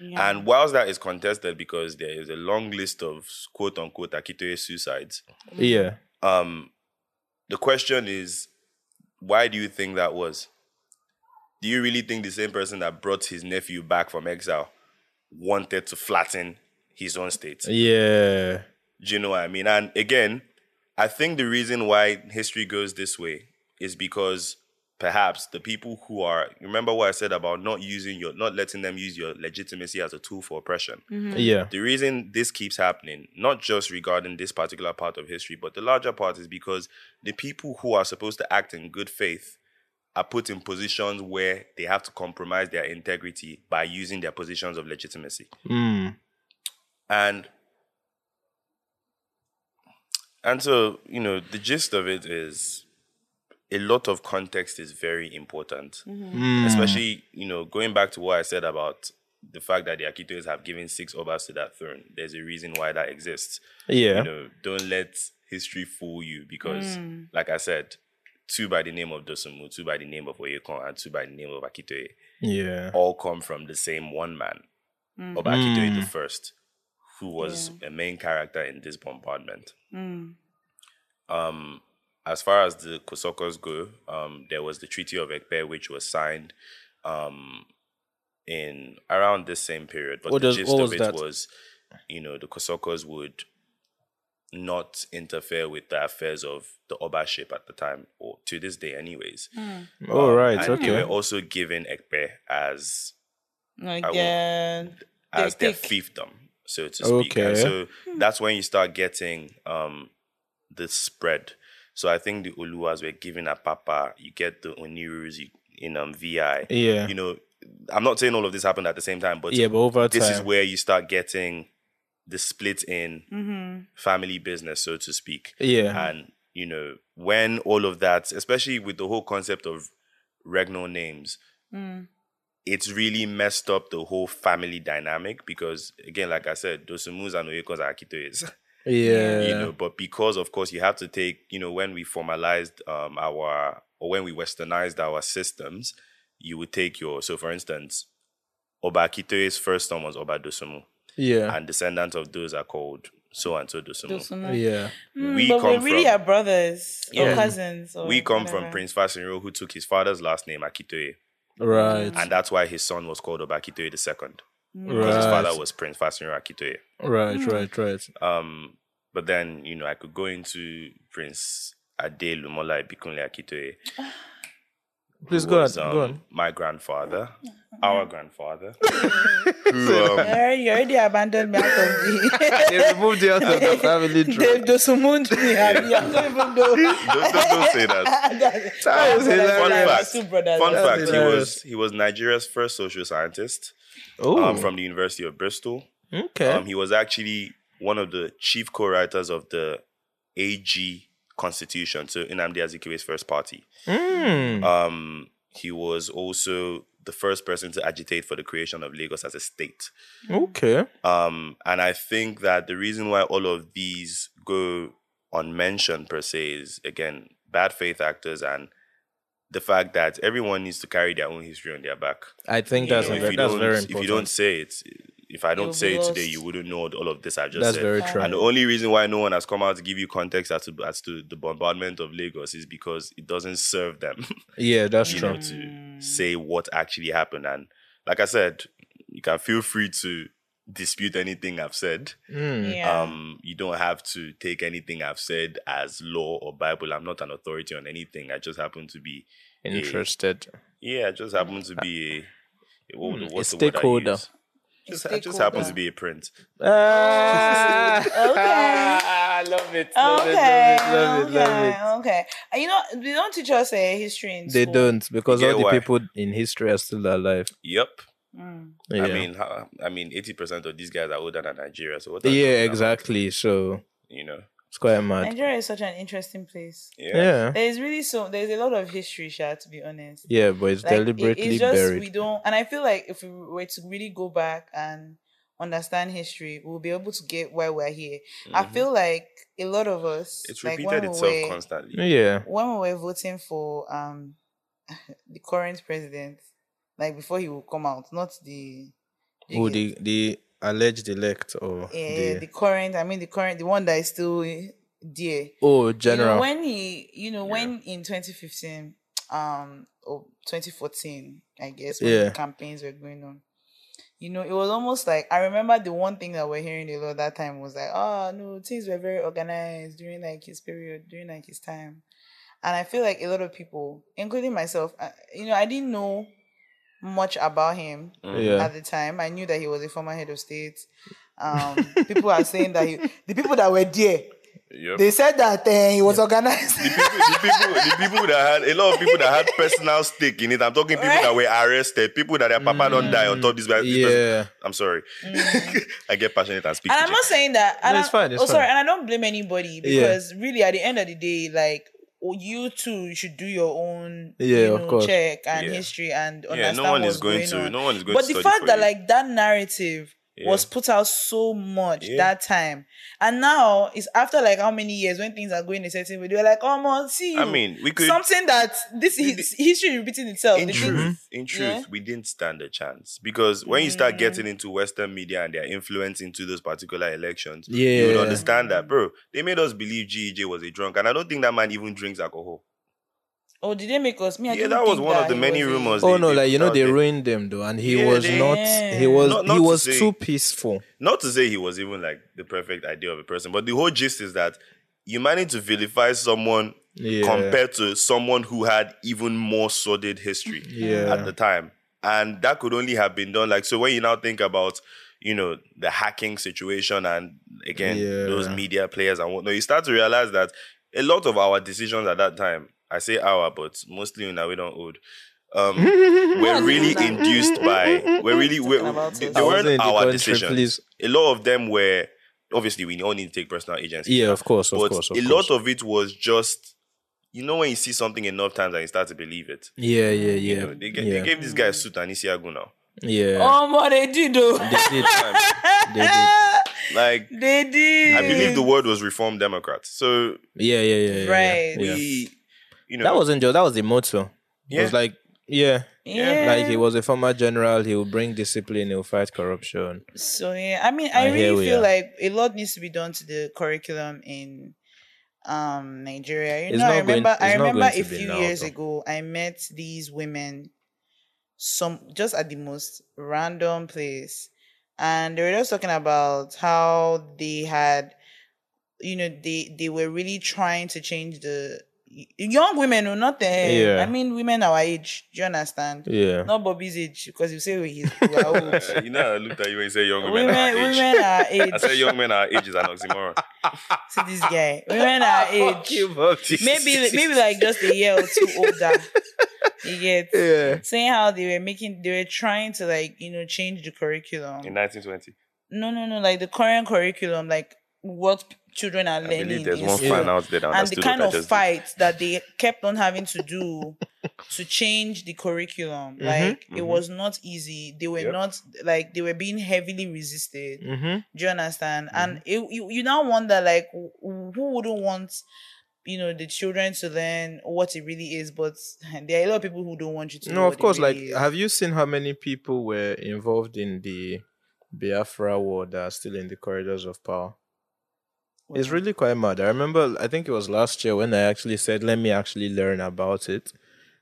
Yeah. And whilst that is contested because there is a long list of quote unquote Akitoe suicides, Yeah. um, the question is, why do you think that was? Do you really think the same person that brought his nephew back from exile wanted to flatten his own state? Yeah. Do you know what I mean? And again, I think the reason why history goes this way is because perhaps the people who are remember what I said about not using your not letting them use your legitimacy as a tool for oppression. Mm-hmm. Hmm. Yeah. The reason this keeps happening, not just regarding this particular part of history, but the larger part is because the people who are supposed to act in good faith are put in positions where they have to compromise their integrity by using their positions of legitimacy. Mm. And and so, you know, the gist of it is a lot of context is very important. Mm-hmm. Mm. Especially, you know, going back to what I said about the fact that the Akitos have given six obas to that throne. There's a reason why that exists. Yeah. You know, don't let history fool you because, Hmm. Mm. like I said, two by the name of Dosumu, two by the name of Oyekon, and two by the name of Akitoye Yeah. all come from the same one man, Mm. Oba Akitoye the Mm. first, who was a main character in this bombardment. Mm. Um, as far as the Kosokos go, um, there was the Treaty of Ekpe, which was signed um, in around this same period. But What the does- gist what of was it that? was, you know, the Kosokos would not interfere with the affairs of the Obaship at the time, or to this day, anyways. All Um, Oh, right. and They Okay. were also given Ekpe as Like, I will- yeah. Their as their pick. fiefdom, so to speak. And Okay. so that's when you start getting um the spread. So I think the Uluwas were given a papa. You get the Onirus you, in um VI. Yeah. You know, I'm not saying all of this happened at the same time, but Yeah, but over time. this is where you start getting the split in Mm-hmm. family business, so to speak. yeah. And you know, when all of that, especially with the whole concept of regnal names, Mm. it's really messed up the whole family dynamic because again, like I said, Dosumus and Oyekos are Akitoes. yeah. You know, but because of course you have to take, you know, when we formalized um our or when we westernized our systems, you would take your so for instance, Oba Akitoe's first son was Oba Dosumu, yeah. and descendants of those are called so and so Dosumu. Those who know. Yeah. Mm, We but come we really from- are brothers Yeah. or cousins. Or We come whatever. from Prince Fasinro who took his father's last name Akitoe, Right. and that's why his son was called Oba Akitoe the second Mm. because his Right. father was Prince Fasinro Akitoe. Right. Right. Right. Um, but then you know, I could go into Prince Ade Lumola Ibikunle Akitoye. Please who go on. was, um, Go on. My grandfather, our grandfather, who, You um, already, you already abandoned me out of They the. removed you out of the family They've tree. disowned me. I mean, I don't even don't, know. don't, don't say that. That's- That is that's Fun what I said, I was fact. two brothers. Fun That's fact: it. He was he was Nigeria's first social scientist Oh. um, from the University of Bristol. okay. Um, he was actually one of the chief co-writers of the AG Constitution, so Nnamdi Azikiwe's first party. Mm. Um, he was also the first person to agitate for the creation of Lagos as a state. Okay. Um, and I think that the reason why all of these go unmentioned per se is again bad faith actors and the fact that everyone needs to carry their own history on their back. I think You that's know, a if very, you that's don't- very If you important. don't say it, if I don't You'll say be it today, lost. you wouldn't know all of this I've just that's said. very Fine. true. And the only reason why no one has come out to give you context as to as to the bombardment of Lagos is because it doesn't serve them. Yeah, that's you true. know, to say what actually happened. And like I said, you can feel free to dispute anything I've said. Mm. Yeah. Um, you don't have to take anything I've said as law or Bible. I'm not an authority on anything. I just happen to be Interested. yeah, I just happen to be a, a, what, Hmm, a what's stakeholder. The word I use? Just, I just happen to Stakeholder. be a print. Ah, Okay. I love it. Love Okay. it. Love it. Love it. Love it. okay, Okay. And you know, they don't teach us uh, history in They school. don't because You all get the why? people in history are still alive. Yep. Mm. Yeah. I mean, how, I mean, eighty percent of these guys are older than Nigeria. So what? are you yeah, talking about? exactly. So You know. it's quite mad. Nigeria is such an interesting place. Yeah. There is really so there's a lot of history, Sha, to be honest. Yeah, but it's Like, it- deliberately it's just we buried. don't and I feel like if we were to really go back and understand history, we'll be able to get why we're here. I Mm-hmm. Mhm. feel like a lot of us it's like repeated when we itself were- constantly. Yeah. when we were voting for um the current president, like before he will come out, not the you Who get- the the alleged elect or yeah, the, the current. I mean the current, the one that is still eh, there. oh You know, general? when he, you know, when in 2015, um, or 2014, I guess, when Yeah. the campaigns were going on, you know, it was almost like I remember the one thing that we're hearing a lot that time was like, oh no, things were very organized during like his period, during like his time. And I feel like a lot of people, including myself, uh, you know, I didn't know much about him Mm-hmm. Yeah. at the time. I knew that he was a former head of state. Um, people are saying that he, the people that were there, Yep. they said that uh, he was organized. the people, the people, the people that had a lot of people that had personal stake in it. I'm talking people that were arrested, people that their papa don't die on top of this. guy- this person- Yeah. I'm sorry. I get passionate and speak. and to I'm Jake. not saying that. And No, it's I- fine, it's oh, sorry. fine. And I don't blame anybody Yeah. because really, at the end of the day, like oh, you too should do your own, Yeah, you of know, course. check and Yeah. history and yeah, understand no one what's is going, going to. on. No one is going but to. the study fact for that you. like that narrative Yeah. was put out so much Yeah. that time, and now it's after like how many years when things are going a certain way, they're like, oh man, see you. I mean, we could. something that this his, history repeating itself. in The thing- truth, in truth, Mm-hmm. Yeah. Mm. we didn't stand a chance because when you start getting into Western media and their influence into those particular elections, you would Yeah. understand that, bro. They made us believe GEJ was a drunk, and I don't think that man even drinks alcohol. Oh, did they make us? Me, I Yeah, didn't that was think one of the he many was a- rumors. Oh they- no, they like you put know out they there. ruined them though, and he Yeah, was they- not. He was Not- not he to was say- too peaceful. Not to say he was even like the perfect idea of a person, but the whole gist is that you managed to vilify someone Yeah. compared to someone who had even more sordid history Yeah. at the time. And that could only have been done like so when you now think about, you know, the hacking situation and again Yeah. those media players and whatnot, you start to realize that a lot of our decisions at that time, I say our, but mostly in a we don't old. Um, were What? really induced by were really were, Talking about they, us. they I weren't wasn't in the our country, decisions. please. A lot of them were obviously we all need to take personal agency Yeah, of course, of but course, of a course. lot of it was just you know when you see something enough times and you start to believe it yeah, yeah, you yeah, know, they, ga- yeah, they gave this guy a suit and he's Iago now yeah. Oh, man, they did though. They did. They did. like They did. i believe the word was reformed democrat so Yeah, yeah, yeah, yeah, yeah. Right. Yeah. we you know That wasn't just that was the motto. It yeah, was like yeah, Yeah. like he was a former general. He will bring discipline. He will fight corruption. So yeah, I mean, And I here really we feel are. like a lot needs to be done to the curriculum in um Nigeria. You It's know, I not going- remember I it's not remember going to a be few now, years though. ago I met these women some just at the most random place and they were just talking about how they had you know they they were really trying to change the y- young women or not the Yeah. I mean women our age, do you understand? Yeah, Not Bobby's age, because you say he's we are old. Uh, you know i looked at you when you say young women, women, are age women are age. i said young men are age is an oxymoron See this guy. Women are age. Maybe, maybe like just a year or two older. You get yeah. saying how they were making, they were trying to like you know change the curriculum. in 1920 No, no, no. Like the current curriculum, like what children are i learning. believe there's in one school. fan out there that and the understood kind what I of just did. fight that they kept on having to do to change the curriculum Mhm, like it mhm. was not easy they were Yep. not like they were being heavily resisted Mm-hmm. do you understand? And it, you, you now wonder, like, wh- who wouldn't want, you know, the children to learn what it really is? But there are a lot of people who don't want you to. know No, what of it course. Like, really is. have you seen how many people were involved in the Biafra war that are still in the corridors of power? It's Wow. really quite mad. I remember, I think it was last year when I actually said, "Let me actually learn about it,"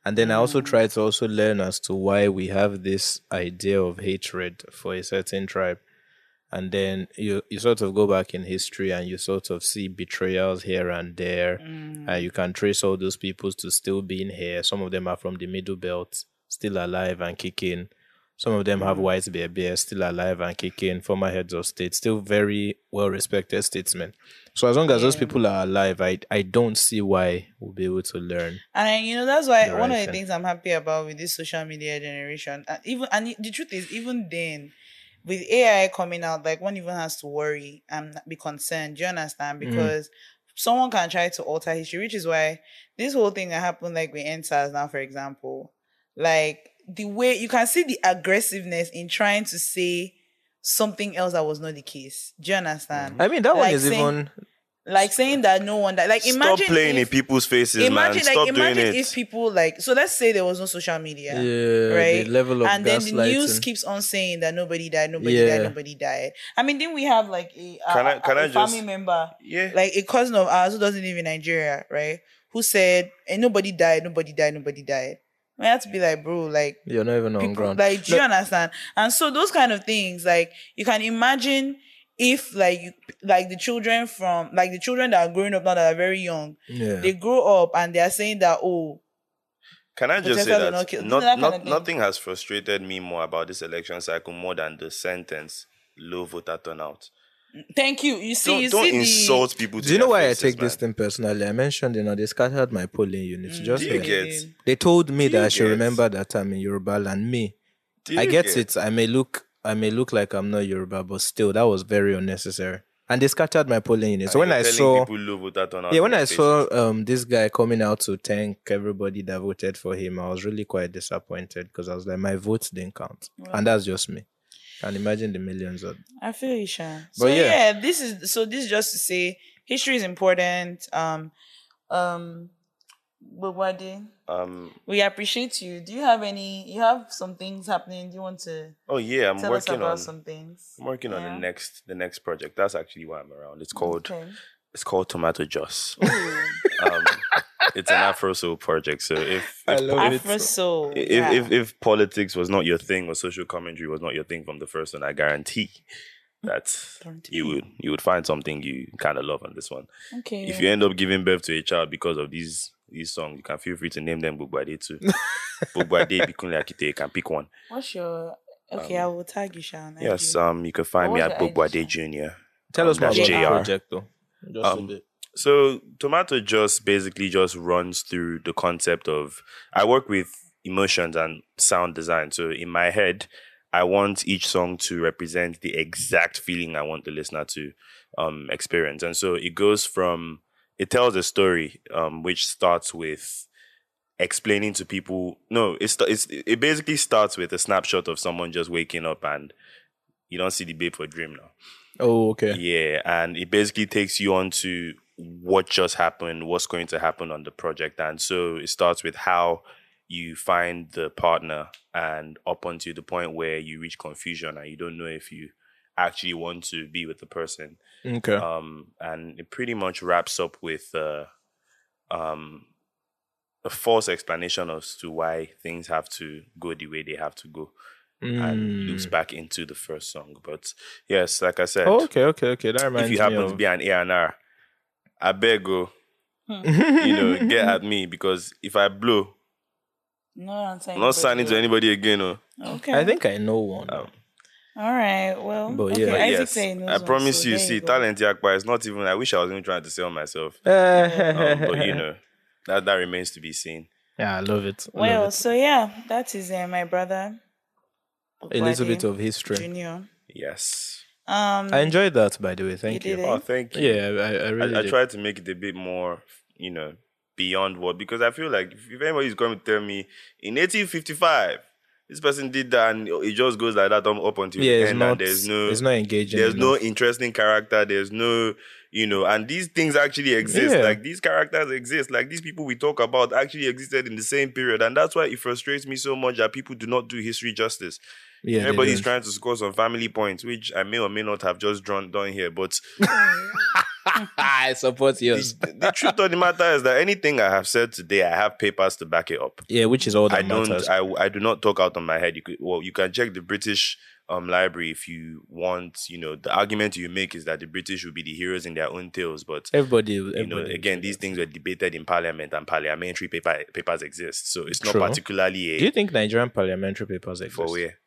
and then I also tried to also learn as to why we have this idea of hatred for a certain tribe, and then you you sort of go back in history and you sort of see betrayals here and there, Mm. and Uh, you can trace all those people to still being here. Some of them are from the middle belt, still alive and kicking. Some of them Mm. have white bear bears, still alive and kicking. Former heads of state, still very well respected statesmen. So as long as those Yeah. people are alive, I I don't see why we'll be able to learn. And you know that's why The one of right the thing. things I'm happy about with this social media generation, and even and the truth is, even then, with AI coming out, like one even has to worry and be concerned. Do you understand? Mm-hmm. Mm. Because someone can try to alter history, which is why this whole thing that happened, like with NSAS now, for example, like the way you can see the aggressiveness in trying to say something else that was not the case. Do you understand? I mean that one Like is saying- even Like saying that no one that like Mm-hmm. Stop imagine playing in if- people's faces, imagine man. Stop like doing it. imagine if people like so let's say there was no social yeah, media the right? level of and then the news gaslighting. keeps on saying that nobody died nobody Yeah. died nobody died i mean then we have like a, a, Can I- a- can a I family just- member yeah. like a cousin of ours who doesn't live in nigeria right who said and nobody died nobody died nobody died we had to be like bro like You're not even on people ground. like do you No. understand and so those kind of things like you can imagine if like you like the children from like the children that are growing up now that are very young, Yeah. they grow up and they are saying that oh Can I just say Protesters will that, not kill- not, that kind not- of thing. nothing has frustrated me more about this election cycle more than the sentence low voter turnout. thank you. You see Don't, you don't see insult people. to Do you know their why I faces, take this man. thing personally? I mentioned, you know, they scattered my polling units. Mm, just Do you like, they get- did. they told me do that you I should get- remember that I'm in Yoruba land. Me, Do you I get, it. I may look, I may look like I'm not Yoruba, but still, that was very unnecessary. And they scattered my polling units. And So when you're I telling saw, people low voter turnout yeah, in when their I saw faces. um this guy coming out to thank everybody that voted for him, I was really quite disappointed because I was like, my votes didn't count, and that's just me. And imagine the millions of I feel you, Sha. But so yeah. yeah. this is so this is just to say history is important. Um um Bobwadi, um, we appreciate you. Do you have any you have some things happening? Do you want to oh yeah, I'm tell us working about on some things? I'm working on Yeah. the next the next project. That's actually why I'm around. It's called Okay. it's called Tomato Joss. Ooh. um, it's an Afro Soul project. So if I if, love if, it. Afro soul. if, yeah. if if politics was not your thing or social commentary was not your thing from the first one, I guarantee that Guarantee. you would you would find something you kind of love on this one. okay. If you end up giving birth to a child because of these these songs, you can feel free to name them Bugbade too. Bugbade, Bikunle Akite, you can pick one. what's your okay? I Um, will tag you, Sean. Yes, um, you can find me What was at your ID, Bugbade sir? Junior. Tell Um, us more that's about the JR. project, though. Just Um, a bit. So tomato just basically just runs through the concept of I work with emotions and sound design. So in my head, I want each song to represent the exact feeling I want the listener to um, experience. And so it goes from it tells a story um, which starts with explaining to people. No, it's it's it basically starts with a snapshot of someone just waking up and you don't see the babe for dream now. Oh, okay. Yeah, and it basically takes you on to what just happened, what's going to happen on the project. And so it starts with how you find the partner and up until the point where you reach confusion and you don't know if you actually want to be with the person. Okay. Um, and it pretty much wraps up with uh, um, a false explanation as to why things have to go the way they have to go and loops Mm. back into the first song. But yes, like I said, Oh, okay, okay, okay. That reminds if you me happen of... to be an A and R, I beg you, you know, get at me because if I blow, no, I'm saying. I'm not signing to anybody. anybody again. Oh. Okay. I think I know one. Um, All right. Well. But okay. yeah. But I Isaac yes, say he knows I one, promise so you. there See, go. talent yakpa is not even. I wish I was even trying to sell myself, um, but you know, that that remains to be seen. yeah, I love it. I Well, love so yeah, that is uh, my brother. it. a little bit Obade of history. Junior. Yes. Um. I enjoyed that, by the way. Thank You you. did it. Oh, thank you. Yeah, I, I really I, I did. tried to make it a bit more, you know, beyond what because I feel like if if anybody's going to tell me in 1855 this person did that and it just goes like that um, up until Yeah, the it's end not. and there's no it's not engaging. there's no enough. interesting character there's no you know and these things actually exist Yeah. like these characters exist like these people we talk about actually existed in the same period and that's why it frustrates me so much that people do not do history justice Yeah, they everybody's don't. trying to score some family points which i may or may not have just drawn down here but I support yours. the, the truth of the matter is that anything I have said today, I have papers to back it up. Yeah, which is all that I don't. matters. I, I do not talk out on my head. You could, well, you can check the British um library if you want. You know, the argument you make is that the British will be the heroes in their own tales, but. everybody, You know, everybody- again, these things were debated in parliament, and parliamentary paper, papers exist. So it's not True. particularly Do you a think Nigerian parliamentary papers exist? for where.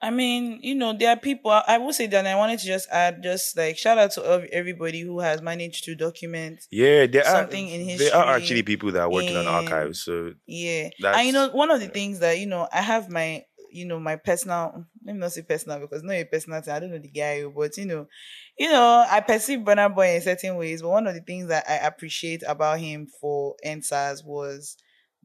I mean, you know, there are people. I, I will say that I wanted to just add, just like shout out to ev- everybody who has managed to document. Yeah, there are Something in there are history, actually people that are working on in- archives. So Yeah, That's- and you know, one of the yeah. things that you know, I have my, you know, my personal. Let me not say personal because not a personal thing. I don't know the guy, but you know, you know, I perceive Burna Boy in certain ways. But one of the things that I appreciate about him for NSAS was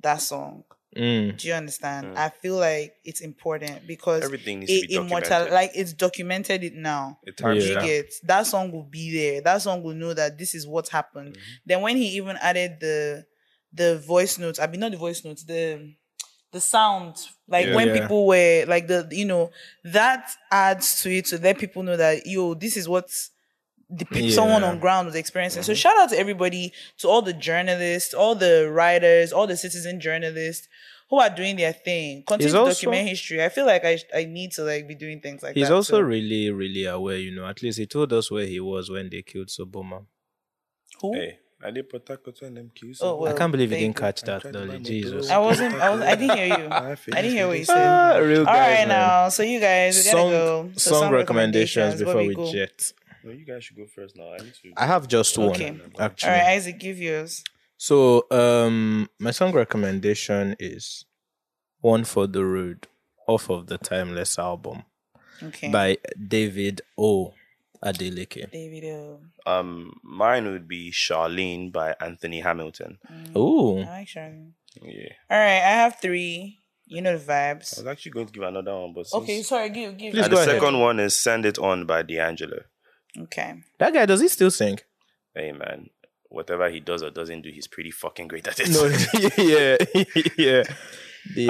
that song. Mm. Do you understand? Mm. I feel like it's important because everything needs to it be documented. immortal, like it's documented it now. a Yeah. You timestamp. get that song will be there. That song will know that this is what happened. Mhm. Then when he even added the the voice notes, I mean not the voice notes, the the sound, like Yeah. when Yeah. people were like the you know that adds to it to let people know that yo this is what the pe- someone Yeah. on ground was experiencing. So Mhm. shout out to everybody, to all the journalists, all the writers, all the citizen journalists who are doing their thing. Continue He's to also- document history. I feel like I sh- I need to like be doing things like He's that. also too. really, really aware, you know. At least he told us where he was when they killed Soboma. who? Hey, I did Port Harcourt and them kids. Oh, I well, can't believe he thank didn't you. catch I'm that, trying to Dolly. buy my Jesus. door. I wasn't. I was. I didn't hear you. All I didn't hear what you said. Ah, real guys, man. right, now. So you guys, we gotta song, go. So song some recommendations before Bobby, we go. jet. No, you guys should go first now. I need to. I have just Okay. one actually. All right, Isaac, give yours. So, um, my song recommendation is "One for the Road" off of the Timeless album Okay. by David O. Adeleke. David O. Um, mine would be Charlene by Anthony Hamilton. Mm, I Ooh, like Charlene. Yeah, All right, I have three. You know the Oh, I vibes. was actually going to give another one, but Okay, since- sorry. Give, give. Please and go the ahead. second one is "Send It On" by D'Angelo. Okay. that guy does he still sing? Hey man, whatever he does or doesn't do, he's pretty fucking great at it. No, yeah, yeah.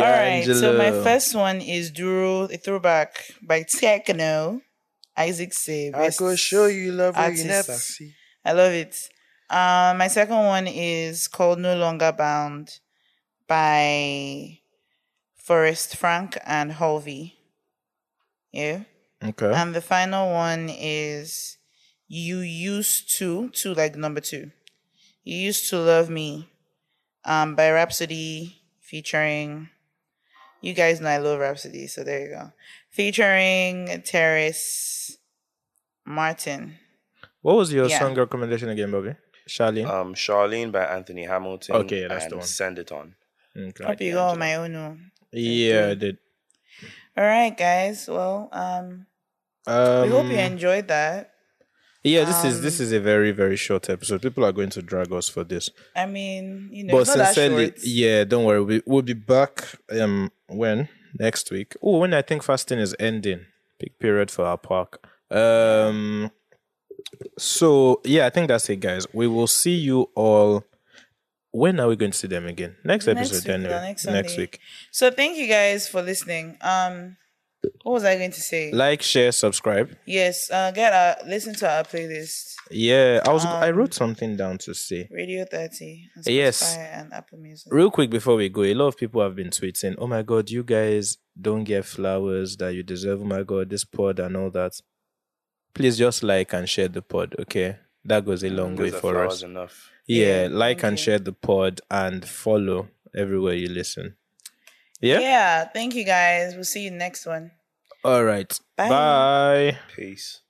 All right. So my D'Angelo. first one is Duro a throwback by Techno. Isaac Say. best love artist. I love it. Um, my second one is called No Longer Bound by Forrest Frank and Halvey. Yeah. Okay. And the final one is You Used to, to like number two. You Used to Love Me um, by Rhapsody featuring, you guys know I love Rhapsody, so there you go. Featuring Terrace Martin. What was your yeah. Uh, song recommendation again, Bobby? Charlene. Um, Charlene by Anthony Hamilton. Okay, yeah, that's the and one. Send It On. okay. Hope you go on my own. oh. Yeah, I did. All right, guys. Well, um, Um, we hope you enjoyed that. yeah, this is um, this is a very very short episode. People are going to drag us for this. I mean, you know, but it's not sincerely, that short. yeah, don't worry. We, we'll be back um when next week. Oh, when I think fasting is ending, big period for our park. Um, so yeah, I think that's it, guys. We will see you all. When are we going to see them again? Next Next episode, week, anyway. yeah, next Sunday. week. So thank you guys for listening. Um, what was I going to say? Like, share, subscribe. yes, uh, get our listen to our playlist, Yeah, I was. I Um, wrote something down to say. Radio Thirty, on Yes. Spotify and Apple Music. Real quick before we go, a lot of people have been tweeting, "Oh my God, you guys don't get flowers that you deserve." Oh my God, this pod and all that. Please just like and share the pod, okay? That goes a long way Those are for Mm, flowers us. enough. Yeah, Yeah, like thank and you. share the pod and follow everywhere you listen. yeah. Yeah. thank you guys. We'll see you next one. All right. Bye. Bye. Peace.